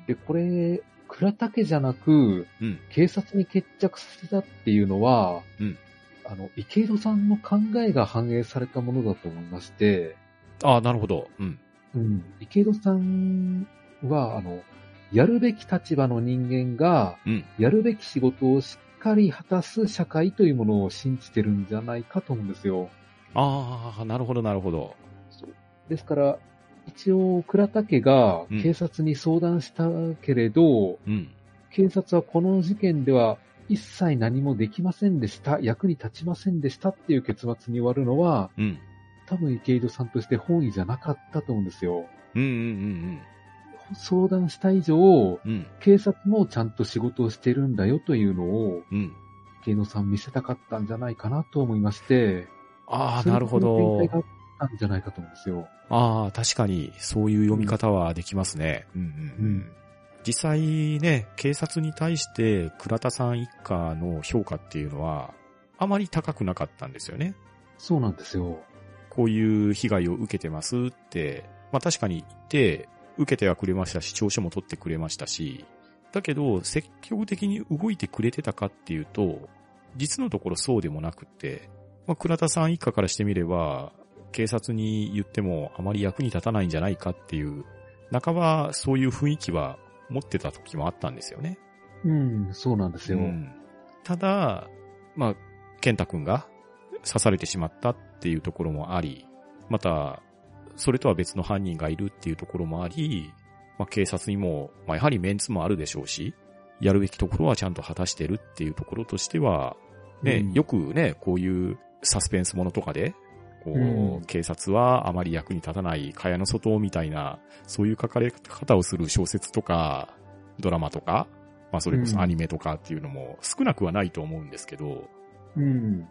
Speaker 2: で、これ、倉田家じゃなく、
Speaker 1: うん。うん。
Speaker 2: 警察に決着させたっていうのは、
Speaker 1: うん
Speaker 2: あの、池井戸さんの考えが反映されたものだと思いまして、
Speaker 1: ああ、なるほど。うん。
Speaker 2: 池井戸さんは、あの、やるべき立場の人間が、
Speaker 1: うん
Speaker 2: やるべき仕事をしっかり果たす社会というものを信じてるんじゃないかと思うんですよ。
Speaker 1: ああ、なるほど、なるほど。
Speaker 2: ですから、一応、倉田家が
Speaker 1: うん
Speaker 2: 警察に相談したけれど、
Speaker 1: うん。
Speaker 2: 警察はこの事件では一切何もできませんでした、役に立ちませんでしたっていう結末に終わるのは、
Speaker 1: うん。
Speaker 2: 多分池井戸さんとして本意じゃなかったと思うんですよ。
Speaker 1: うんうんうん
Speaker 2: 相談した以上、
Speaker 1: うん、
Speaker 2: 警察もちゃんと仕事をしてるんだよというのを、
Speaker 1: うん。
Speaker 2: 芸能さん見せたかったんじゃないかなと思いまして、
Speaker 1: ああ、
Speaker 2: そういう
Speaker 1: なるほ
Speaker 2: 展
Speaker 1: ど
Speaker 2: 開。があったんじゃないかと思うんですよ。
Speaker 1: ああ、確かに、そういう読み方はできますね。うんうんうん実際ね、警察に対して倉田さん一家の評価っていうのは、あまり高くなかったんですよね。
Speaker 2: そうなんですよ。
Speaker 1: こういう被害を受けてますって、まあ確かに言って、受けてはくれましたし、調書も取ってくれましたし、だけど、積極的に動いてくれてたかっていうと、実のところそうでもなくって、まあ、倉田さん一家からしてみれば、警察に言ってもあまり役に立たないんじゃないかっていう、半ばそういう雰囲気は持ってた時もあったんですよね。
Speaker 2: うん、そうなんですよ。
Speaker 1: うんただ、まあ、健太くんが刺されてしまったっていうところもあり、また、それとは別の犯人がいるっていうところもあり、まあ、警察にも、まあ、やはりメンツもあるでしょうし、やるべきところはちゃんと果たしてるっていうところとしては、ね、
Speaker 2: うん
Speaker 1: よくね、こういうサスペンスものとかで、こう、
Speaker 2: うん
Speaker 1: 警察はあまり役に立たない、蚊帳の外みたいな、そういう書かれ方をする小説とか、ドラマとか、まあそれこそアニメとかっていうのも少なくはないと思うんですけど、
Speaker 2: うん。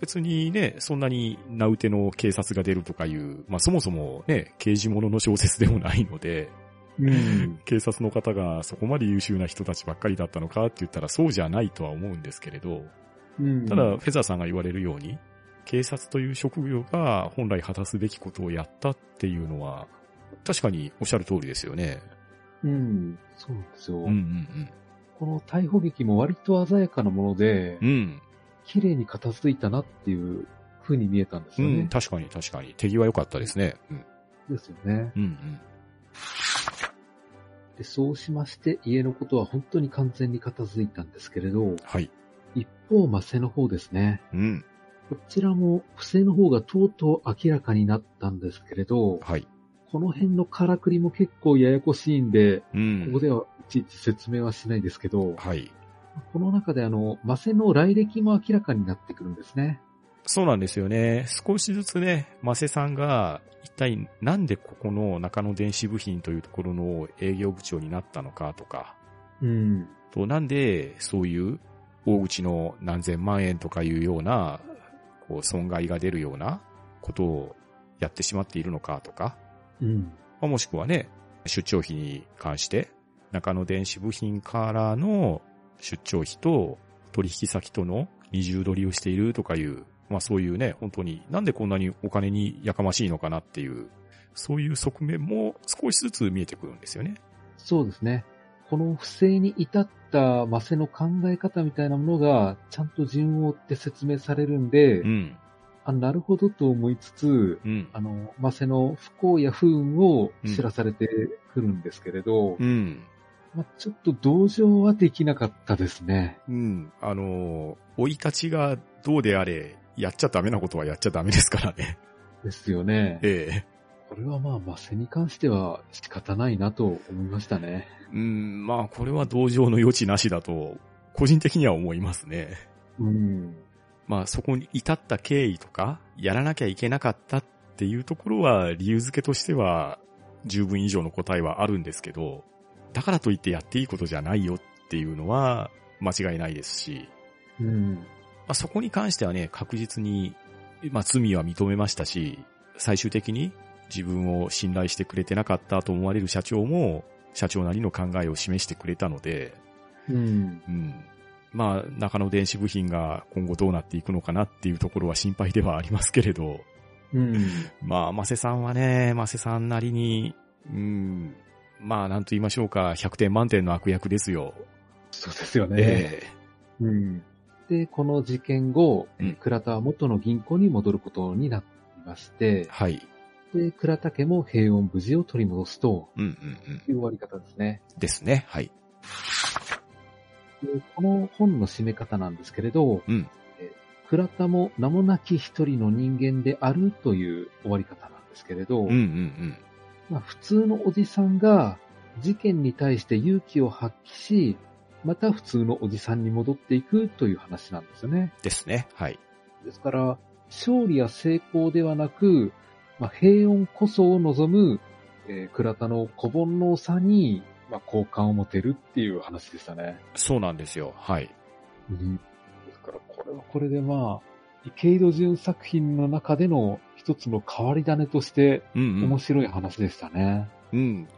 Speaker 1: 別にね、そんなに名うての警察が出るとかいう、まあそもそもね、刑事ものの小説でもないので、
Speaker 2: うん。
Speaker 1: 警察の方がそこまで優秀な人たちばっかりだったのかって言ったらそうじゃないとは思うんですけれど、
Speaker 2: うん
Speaker 1: ただ、フェザーさんが言われるように、警察という職業が本来果たすべきことをやったっていうのは、確かにおっしゃる通りですよね。
Speaker 2: うん、そうなんですよ。
Speaker 1: うん
Speaker 2: この逮捕劇も割と鮮やかなもので、
Speaker 1: うん。うん。
Speaker 2: 綺麗に片付いたなっていう風に見えたんです
Speaker 1: う
Speaker 2: よ
Speaker 1: ん、
Speaker 2: ね。
Speaker 1: 確かに確かに。手際良かったですね。うん。
Speaker 2: ですよね。
Speaker 1: うんうん。
Speaker 2: で、そうしまして、家のことは本当に完全に片付いたんですけれど、
Speaker 1: はい。
Speaker 2: 一方、マセの方ですね。
Speaker 1: うん。
Speaker 2: こちらも、不正の方がとうとう明らかになったんですけれど、
Speaker 1: はい。
Speaker 2: この辺のからくりも結構ややこしいんで、
Speaker 1: う
Speaker 2: こ
Speaker 1: ん。
Speaker 2: こではいちいち説明はしないですけど、
Speaker 1: はい。
Speaker 2: この中であの、マセの来歴も明らかになってくるんですね。
Speaker 1: そうなんですよね。少しずつね、マセさんが一体なんでここの中野電子部品というところの営業部長になったのかとか、
Speaker 2: うん。
Speaker 1: となんでそういう大口の何千万円とかいうような、こう損害が出るようなことをやってしまっているのかとか、
Speaker 2: うん。
Speaker 1: まあもしくはね、出張費に関して、中野電子部品からの出張費と取引先との二重取りをしているとかいう、まあそういうね、本当になんでこんなにお金にやかましいのかなっていう、そういう側面も少しずつ見えてくるんですよね。
Speaker 2: そうですね。この不正に至ったマセの考え方みたいなものが、ちゃんと順を追って説明されるんで、
Speaker 1: うん、
Speaker 2: あ、なるほどと思いつつ、
Speaker 1: うん、
Speaker 2: あの、マセの不幸や不運を知らされてくるんですけれど、
Speaker 1: うん。
Speaker 2: まあ、ちょっと同情はできなかったですね。
Speaker 1: うん、あのー、追い立ちがどうであれ、やっちゃダメなことはやっちゃダメですからね。
Speaker 2: ですよね。
Speaker 1: *laughs* ええ。
Speaker 2: これはまあ、マセに関しては仕方ないなと思いましたね。
Speaker 1: うん、まあこれは同情の余地なしだと、個人的には思いますね。
Speaker 2: うん。
Speaker 1: まあそこに至った経緯とか、やらなきゃいけなかったっていうところは理由付けとしては十分以上の答えはあるんですけど、だからといってやっていいことじゃないよっていうのは間違いないですし、
Speaker 2: うん。
Speaker 1: まあそこに関してはね、確実に、まあ罪は認めましたし、最終的に自分を信頼してくれてなかったと思われる社長も、社長なりの考えを示してくれたので、
Speaker 2: うん。
Speaker 1: うん。まあ、中野電子部品が今後どうなっていくのかなっていうところは心配ではありますけれど、
Speaker 2: うん。
Speaker 1: まあ、マセさんはね、マセさんなりに、うん、まあ、なんと言いましょうか、100点満点の悪役ですよ。
Speaker 2: そうですよね。
Speaker 1: え
Speaker 2: うんで、この事件後、
Speaker 1: うん
Speaker 2: 倉田は元の銀行に戻ることになりまして
Speaker 1: え、はい。
Speaker 2: で、倉田家も平穏無事を取り戻すと
Speaker 1: うんうんうん。
Speaker 2: いう終わり方ですね。
Speaker 1: ですね。はい。
Speaker 2: でこの本の締め方なんですけれど、
Speaker 1: うん
Speaker 2: え倉田も名もなき一人の人間であるという終わり方なんですけれど、
Speaker 1: うんうんうん。
Speaker 2: まあ、普通のおじさんが事件に対して勇気を発揮し、また普通のおじさんに戻っていくという話なんですよね。
Speaker 1: ですね。はい。
Speaker 2: ですから、勝利や成功ではなく、まあ、平穏こそを望むえー倉田の小煩悩さに、まあ、好感を持てるっていう話でしたね。
Speaker 1: そうなんですよ。はい。
Speaker 2: ですから、これはこれでまあ、池井戸潤作品の中での一つの変わり種として
Speaker 1: うん、うん
Speaker 2: 面。白い話でしたね。
Speaker 1: うん。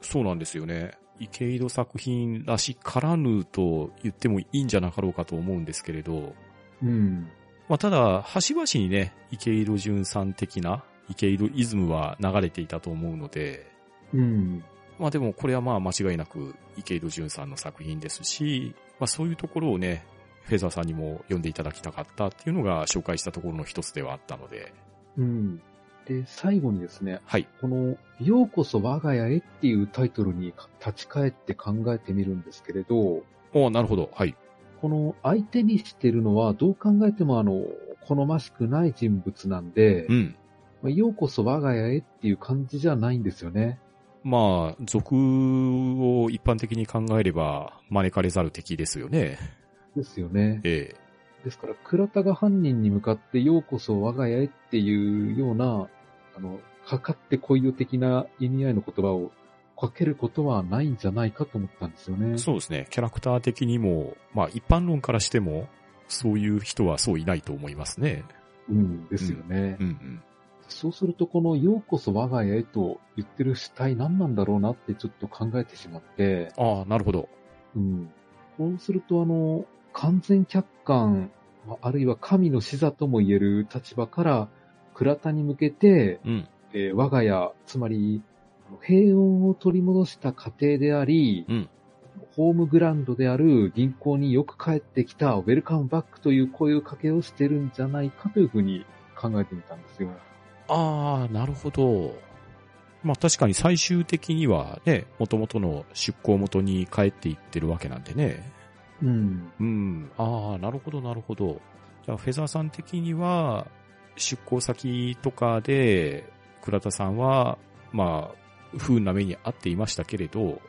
Speaker 1: そうなんですよね。池井戸作品らしからぬと言ってもいいんじゃなかろうかと思うんですけれど、
Speaker 2: うん。
Speaker 1: まあ、ただ、端々にね、池井戸潤さん的な池井戸イズムは流れていたと思うので、
Speaker 2: うん。
Speaker 1: まあでもこれはまあ間違いなく池井戸潤さんの作品ですし、まあそういうところをね、フェザーさんにも読んでいただきたかったっていうのが紹介したところの一つではあったので、
Speaker 2: うん。で、最後にですね、
Speaker 1: はい。
Speaker 2: この、ようこそ我が家へっていうタイトルに立ち返って考えてみるんですけれど、
Speaker 1: おーなるほど。はい。
Speaker 2: この相手にしてるのはどう考えてもあの、好ましくない人物なんで、
Speaker 1: うん。
Speaker 2: まあようこそ我が家へっていう感じじゃないんですよね。
Speaker 1: まあ、俗を一般的に考えれば招かれざる敵ですよね。
Speaker 2: ですよね。
Speaker 1: ええ。
Speaker 2: ですから、倉田が犯人に向かって、ようこそ我が家へっていうような、あの、かかってこいよ的な意味合いの言葉をかけることはないんじゃないかと思ったんですよね。
Speaker 1: そうですね。キャラクター的にも、まあ一般論からしても、そういう人はそういないと思いますね。
Speaker 2: うん、ですよね。
Speaker 1: うんうん。
Speaker 2: そうすると、この、ようこそ我が家へと言ってる主体何なんだろうなってちょっと考えてしまって、
Speaker 1: ああ、なるほど。
Speaker 2: うん。そうすると、あの、完全客観、まああるいは神の視座とも言える立場から、倉田に向けて、
Speaker 1: うん。
Speaker 2: えー我が家、つまり、平穏を取り戻した家庭であり、
Speaker 1: うん
Speaker 2: ホームグラウンドである銀行によく帰ってきた、ウェルカムバックという声をかけをしてるんじゃないかというふうに考えてみたんですよ。
Speaker 1: ああ、なるほど。まあ確かに最終的にはね、元々の出向元に帰っていってるわけなんでね。
Speaker 2: うん。
Speaker 1: うん。ああ、なるほど、なるほど。じゃあ、フェザーさん的には、出向先とかで、倉田さんは、まあ、不運な目に遭っていましたけれど、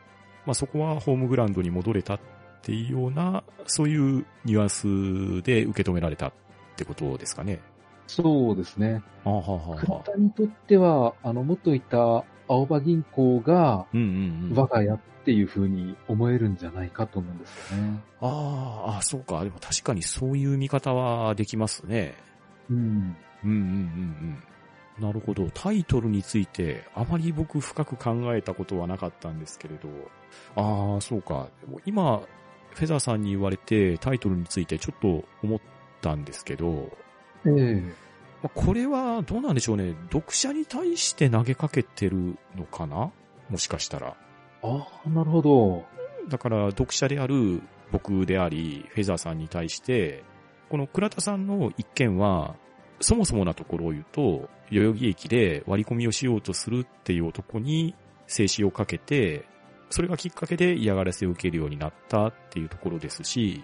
Speaker 1: まあそこはホームグラウンドに戻れたっていうような、そういうニュアンスで受け止められたってことですかね。
Speaker 2: そうですね。
Speaker 1: ああ、はあ、は
Speaker 2: 倉
Speaker 1: あ。
Speaker 2: 田にとっては、あの、元いた青葉銀行が、
Speaker 1: うんうんうん。
Speaker 2: 我が家っていうふうに思えるんじゃないかと思うんですよね。
Speaker 1: あーあ、そうか。でも確かにそういう見方はできますね。
Speaker 2: うん。
Speaker 1: うんうんうんうん。なるほど。タイトルについて、あまり僕深く考えたことはなかったんですけれど。ああ、そうか。でも今、フェザーさんに言われてタイトルについてちょっと思ったんですけど、
Speaker 2: ええ
Speaker 1: まあこれはどうなんでしょうね。読者に対して投げかけてるのかなもしかしたら。
Speaker 2: ああ、なるほど。
Speaker 1: だから読者である僕であり、フェザーさんに対して、この倉田さんの一件は、そもそもなところを言うと、代々木駅で割り込みをしようとするっていう男に制止をかけて、それがきっかけで嫌がらせを受けるようになったっていうところですし、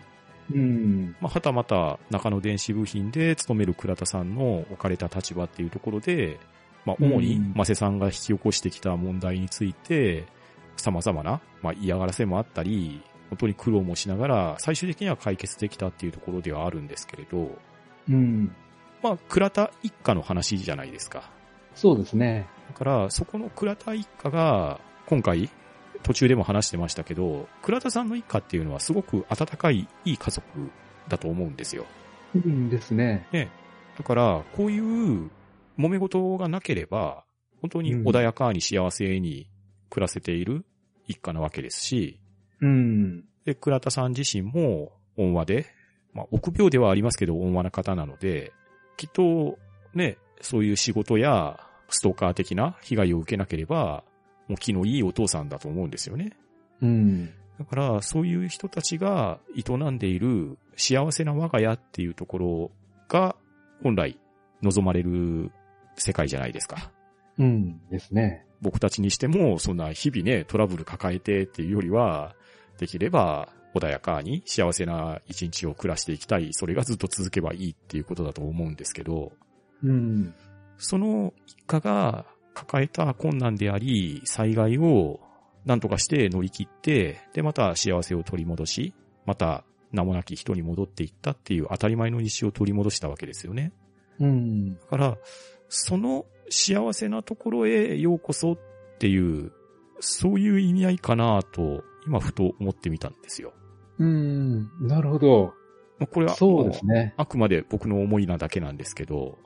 Speaker 2: うん。
Speaker 1: まあ、はたまた中野電子部品で勤める倉田さんの置かれた立場っていうところで、まあ、主に
Speaker 2: うん
Speaker 1: マセさんが引き起こしてきた問題について、様々な、まあ、嫌がらせもあったり、本当に苦労もしながら、最終的には解決できたっていうところではあるんですけれど、
Speaker 2: うん。
Speaker 1: まあ、倉田一家の話じゃないですか。
Speaker 2: そうですね。
Speaker 1: だから、そこの倉田一家が、今回、途中でも話してましたけど、倉田さんの一家っていうのはすごく温かい、いい家族だと思うんですよ。
Speaker 2: うんですね。
Speaker 1: だから、こういう揉め事がなければ、本当に穏やかに幸せに暮らせている一家なわけですし、
Speaker 2: うん。
Speaker 1: で、倉田さん自身も温和で、まあ、臆病ではありますけど温和な方なので、きっと、ね、そういう仕事やストーカー的な被害を受けなければ、もう気のいいお父さんだと思うんですよね。
Speaker 2: うん。
Speaker 1: だから、そういう人たちが営んでいる幸せな我が家っていうところが、本来望まれる世界じゃないですか。
Speaker 2: うんですね。
Speaker 1: 僕たちにしても、そんな日々ね、トラブル抱えてっていうよりは、できれば穏やかに幸せな一日を暮らしていきたい。それがずっと続けばいいっていうことだと思うんですけど、
Speaker 2: うん。
Speaker 1: その一家が抱えた困難であり、災害を何とかして乗り切って、で、また幸せを取り戻し、また名もなき人に戻っていったっていう当たり前の日常を取り戻したわけですよね。
Speaker 2: うん。
Speaker 1: だから、その幸せなところへようこそっっていう、そういう意味合いかなと、今ふと思ってみたんですよ。
Speaker 2: うーん、なるほど。
Speaker 1: まあこれは、
Speaker 2: そうですね。
Speaker 1: あくまで僕の思いなだけなんですけど、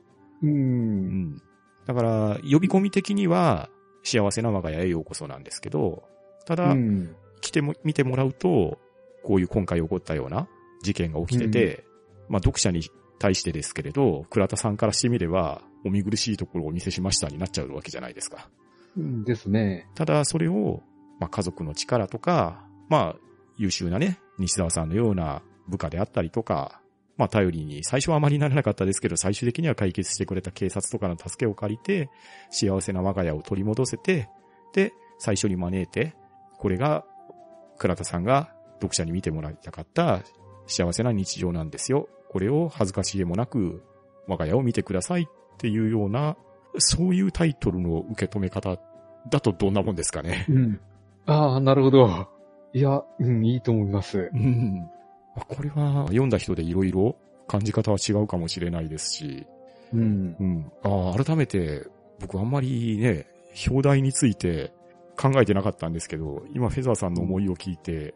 Speaker 2: うー。
Speaker 1: うんん。だから、呼び込み的には、幸せな我が家へようこそなんですけど、た
Speaker 2: う
Speaker 1: だ、
Speaker 2: ん。
Speaker 1: 来ても、見てもらうと、こういう今回起こったような事件が起きてて、まあ読者に対してですけれど、倉田さんからしてみれば、お見苦しいところをお見せしましたになっちゃうわけじゃないですか。
Speaker 2: うんですね。
Speaker 1: ただ、それを、まあ家族の力とか、まあ優秀なね、西澤さんのような部下であったりとか、まあ頼りに、最初はあまりならなかったですけど、最終的には解決してくれた警察とかの助けを借りて、幸せな我が家を取り戻せて、で、最初に招いて、これが、倉田さんが読者に見てもらいたかった幸せな日常なんですよ。これを恥ずかしげもなく、我が家を見てくださいっていうような、そういうタイトルの受け止め方だとどんなもんですかね。
Speaker 2: うん。ああ、なるほど。いや、うん、いいと思います。
Speaker 1: うん。これは読んだ人でいろいろ感じ方は違うかもしれないですし、
Speaker 2: うん。
Speaker 1: うん。ああ、改めて、僕あんまりね、表題について考えてなかったんですけど、今フェザーさんの思いを聞いて、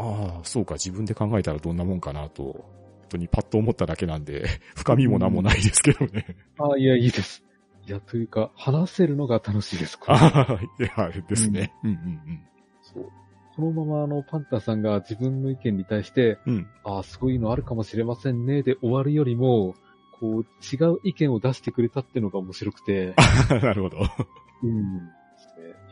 Speaker 1: ああ、そうか、自分で考えたらどんなもんかなと、本当にパッと思っただけなんで、 *laughs* 深みもなんもないですけどね。
Speaker 2: ああ、いや、いいです。いや、というか、話せるのが楽しいです、これ
Speaker 1: ああ、 *laughs* いや、あれですね。うん
Speaker 2: そうこのまま、あの、パンタさんが自分の意見に対して、
Speaker 1: うんうん。うん。
Speaker 2: ああ、そういうのあるかもしれませんね、で終わるよりも、こう、違う意見を出してくれたってのが面白くて、
Speaker 1: *laughs* なるほど。
Speaker 2: うん。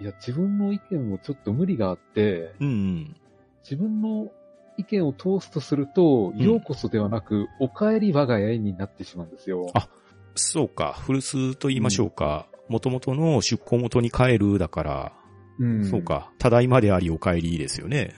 Speaker 2: いや、自分の意見もちょっと無理があって、
Speaker 1: うんうん。
Speaker 2: 自分の意見を通すとすると、
Speaker 1: ん
Speaker 2: ようこそではなく、お帰り我が家になってしまうんですよ。
Speaker 1: あそうか、古巣と言いましょうか。元々の出向元に帰るだから、
Speaker 2: うん
Speaker 1: そう。か、ただいまでありお帰りですよね。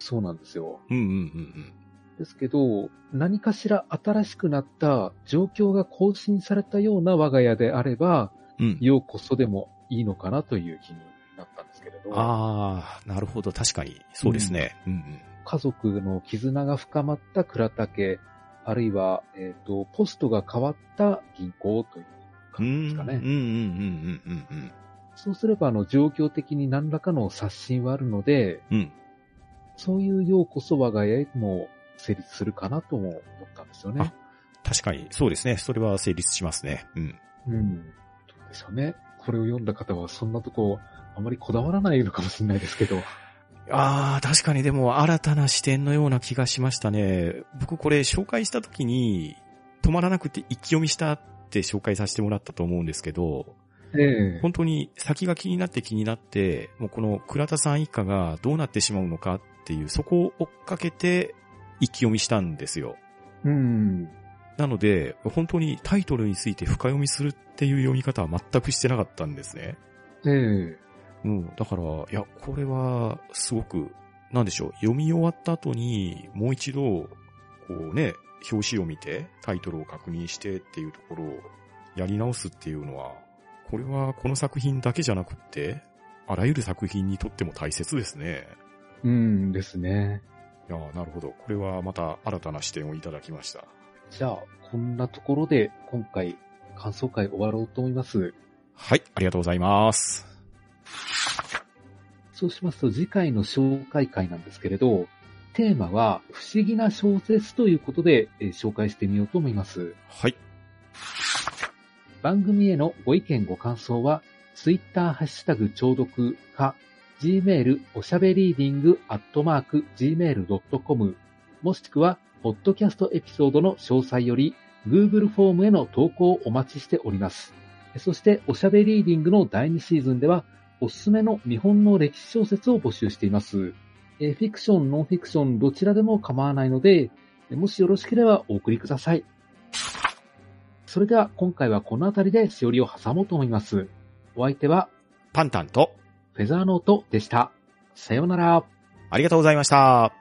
Speaker 2: そうなんですよ。
Speaker 1: うんうんうん
Speaker 2: ですけど、何かしら新しくなった状況が更新されたような我が家であれば、
Speaker 1: うん。うん。
Speaker 2: ようこそでもいいのかなという気になったんですけれど、
Speaker 1: ああ、なるほど。確かに。そうですね。うんうん。
Speaker 2: 家族の絆が深まった倉田家、あるいは、えっ、と、ポストが変わった銀行という感じですかね。
Speaker 1: うんうんうんうんうん
Speaker 2: そうすれば、あの、状況的に何らかの刷新はあるので、
Speaker 1: うん。うん。
Speaker 2: そういうようこそ我が家も成立するかなとも思ったんですよね。
Speaker 1: 確かに。そうですね。それは成立しますね。うん。
Speaker 2: うん。どうでしょうね。これを読んだ方はそんなとこ、あまりこだわらないのかもしれないですけ
Speaker 1: *laughs*
Speaker 2: ど。
Speaker 1: ああ、確かにでも新たな視点のような気がしましたね。僕これ紹介した時に、止まらなくて一気読みしたって紹介させてもらったと思うんですけど、
Speaker 2: ええ
Speaker 1: 本当に先が気になって気になって、もうこの倉田さん一家がどうなってしまうのかっていう、そこを追っかけて一気読みしたんですよ。
Speaker 2: うん。
Speaker 1: なので、本当にタイトルについて深読みするっていう読み方は全くしてなかったんですね。
Speaker 2: ええ
Speaker 1: うん。だから、いや、これは、すごく、なんでしょう、読み終わった後に、もう一度、こうね、表紙を見て、タイトルを確認してっていうところを、やり直すっていうのは、これはこの作品だけじゃなくって、あらゆる作品にとっても大切ですね。
Speaker 2: うんですね。
Speaker 1: いやーなるほど。これはまた新たな視点をいただきました。
Speaker 2: じゃあ、こんなところで今回、感想会終わろうと思います。
Speaker 1: はい、ありがとうございます。
Speaker 2: そうしますと次回の紹介会なんですけれど、テーマは不思議な小説ということで、えー紹介してみようと思います。
Speaker 1: はい。
Speaker 2: 番組へのご意見ご感想は、Twitter ハッシュタグ聴読か、gmail おしゃべりーディングアットマーク gmail.com もしくは、ポッドキャストエピソードの詳細より、Google フォームへの投稿をお待ちしております。そして、おしゃべりーディングの第2シーズンでは、おすすめの日本の歴史小説を募集しています。えーフィクション、ノンフィクション、どちらでも構わないので、もしよろしければお送りください。それでは今回はこの辺りでしおりを挟もうと思います。お相手は
Speaker 1: パンタンと、
Speaker 2: フェザーノートでした。さようなら。
Speaker 1: ありがとうございました。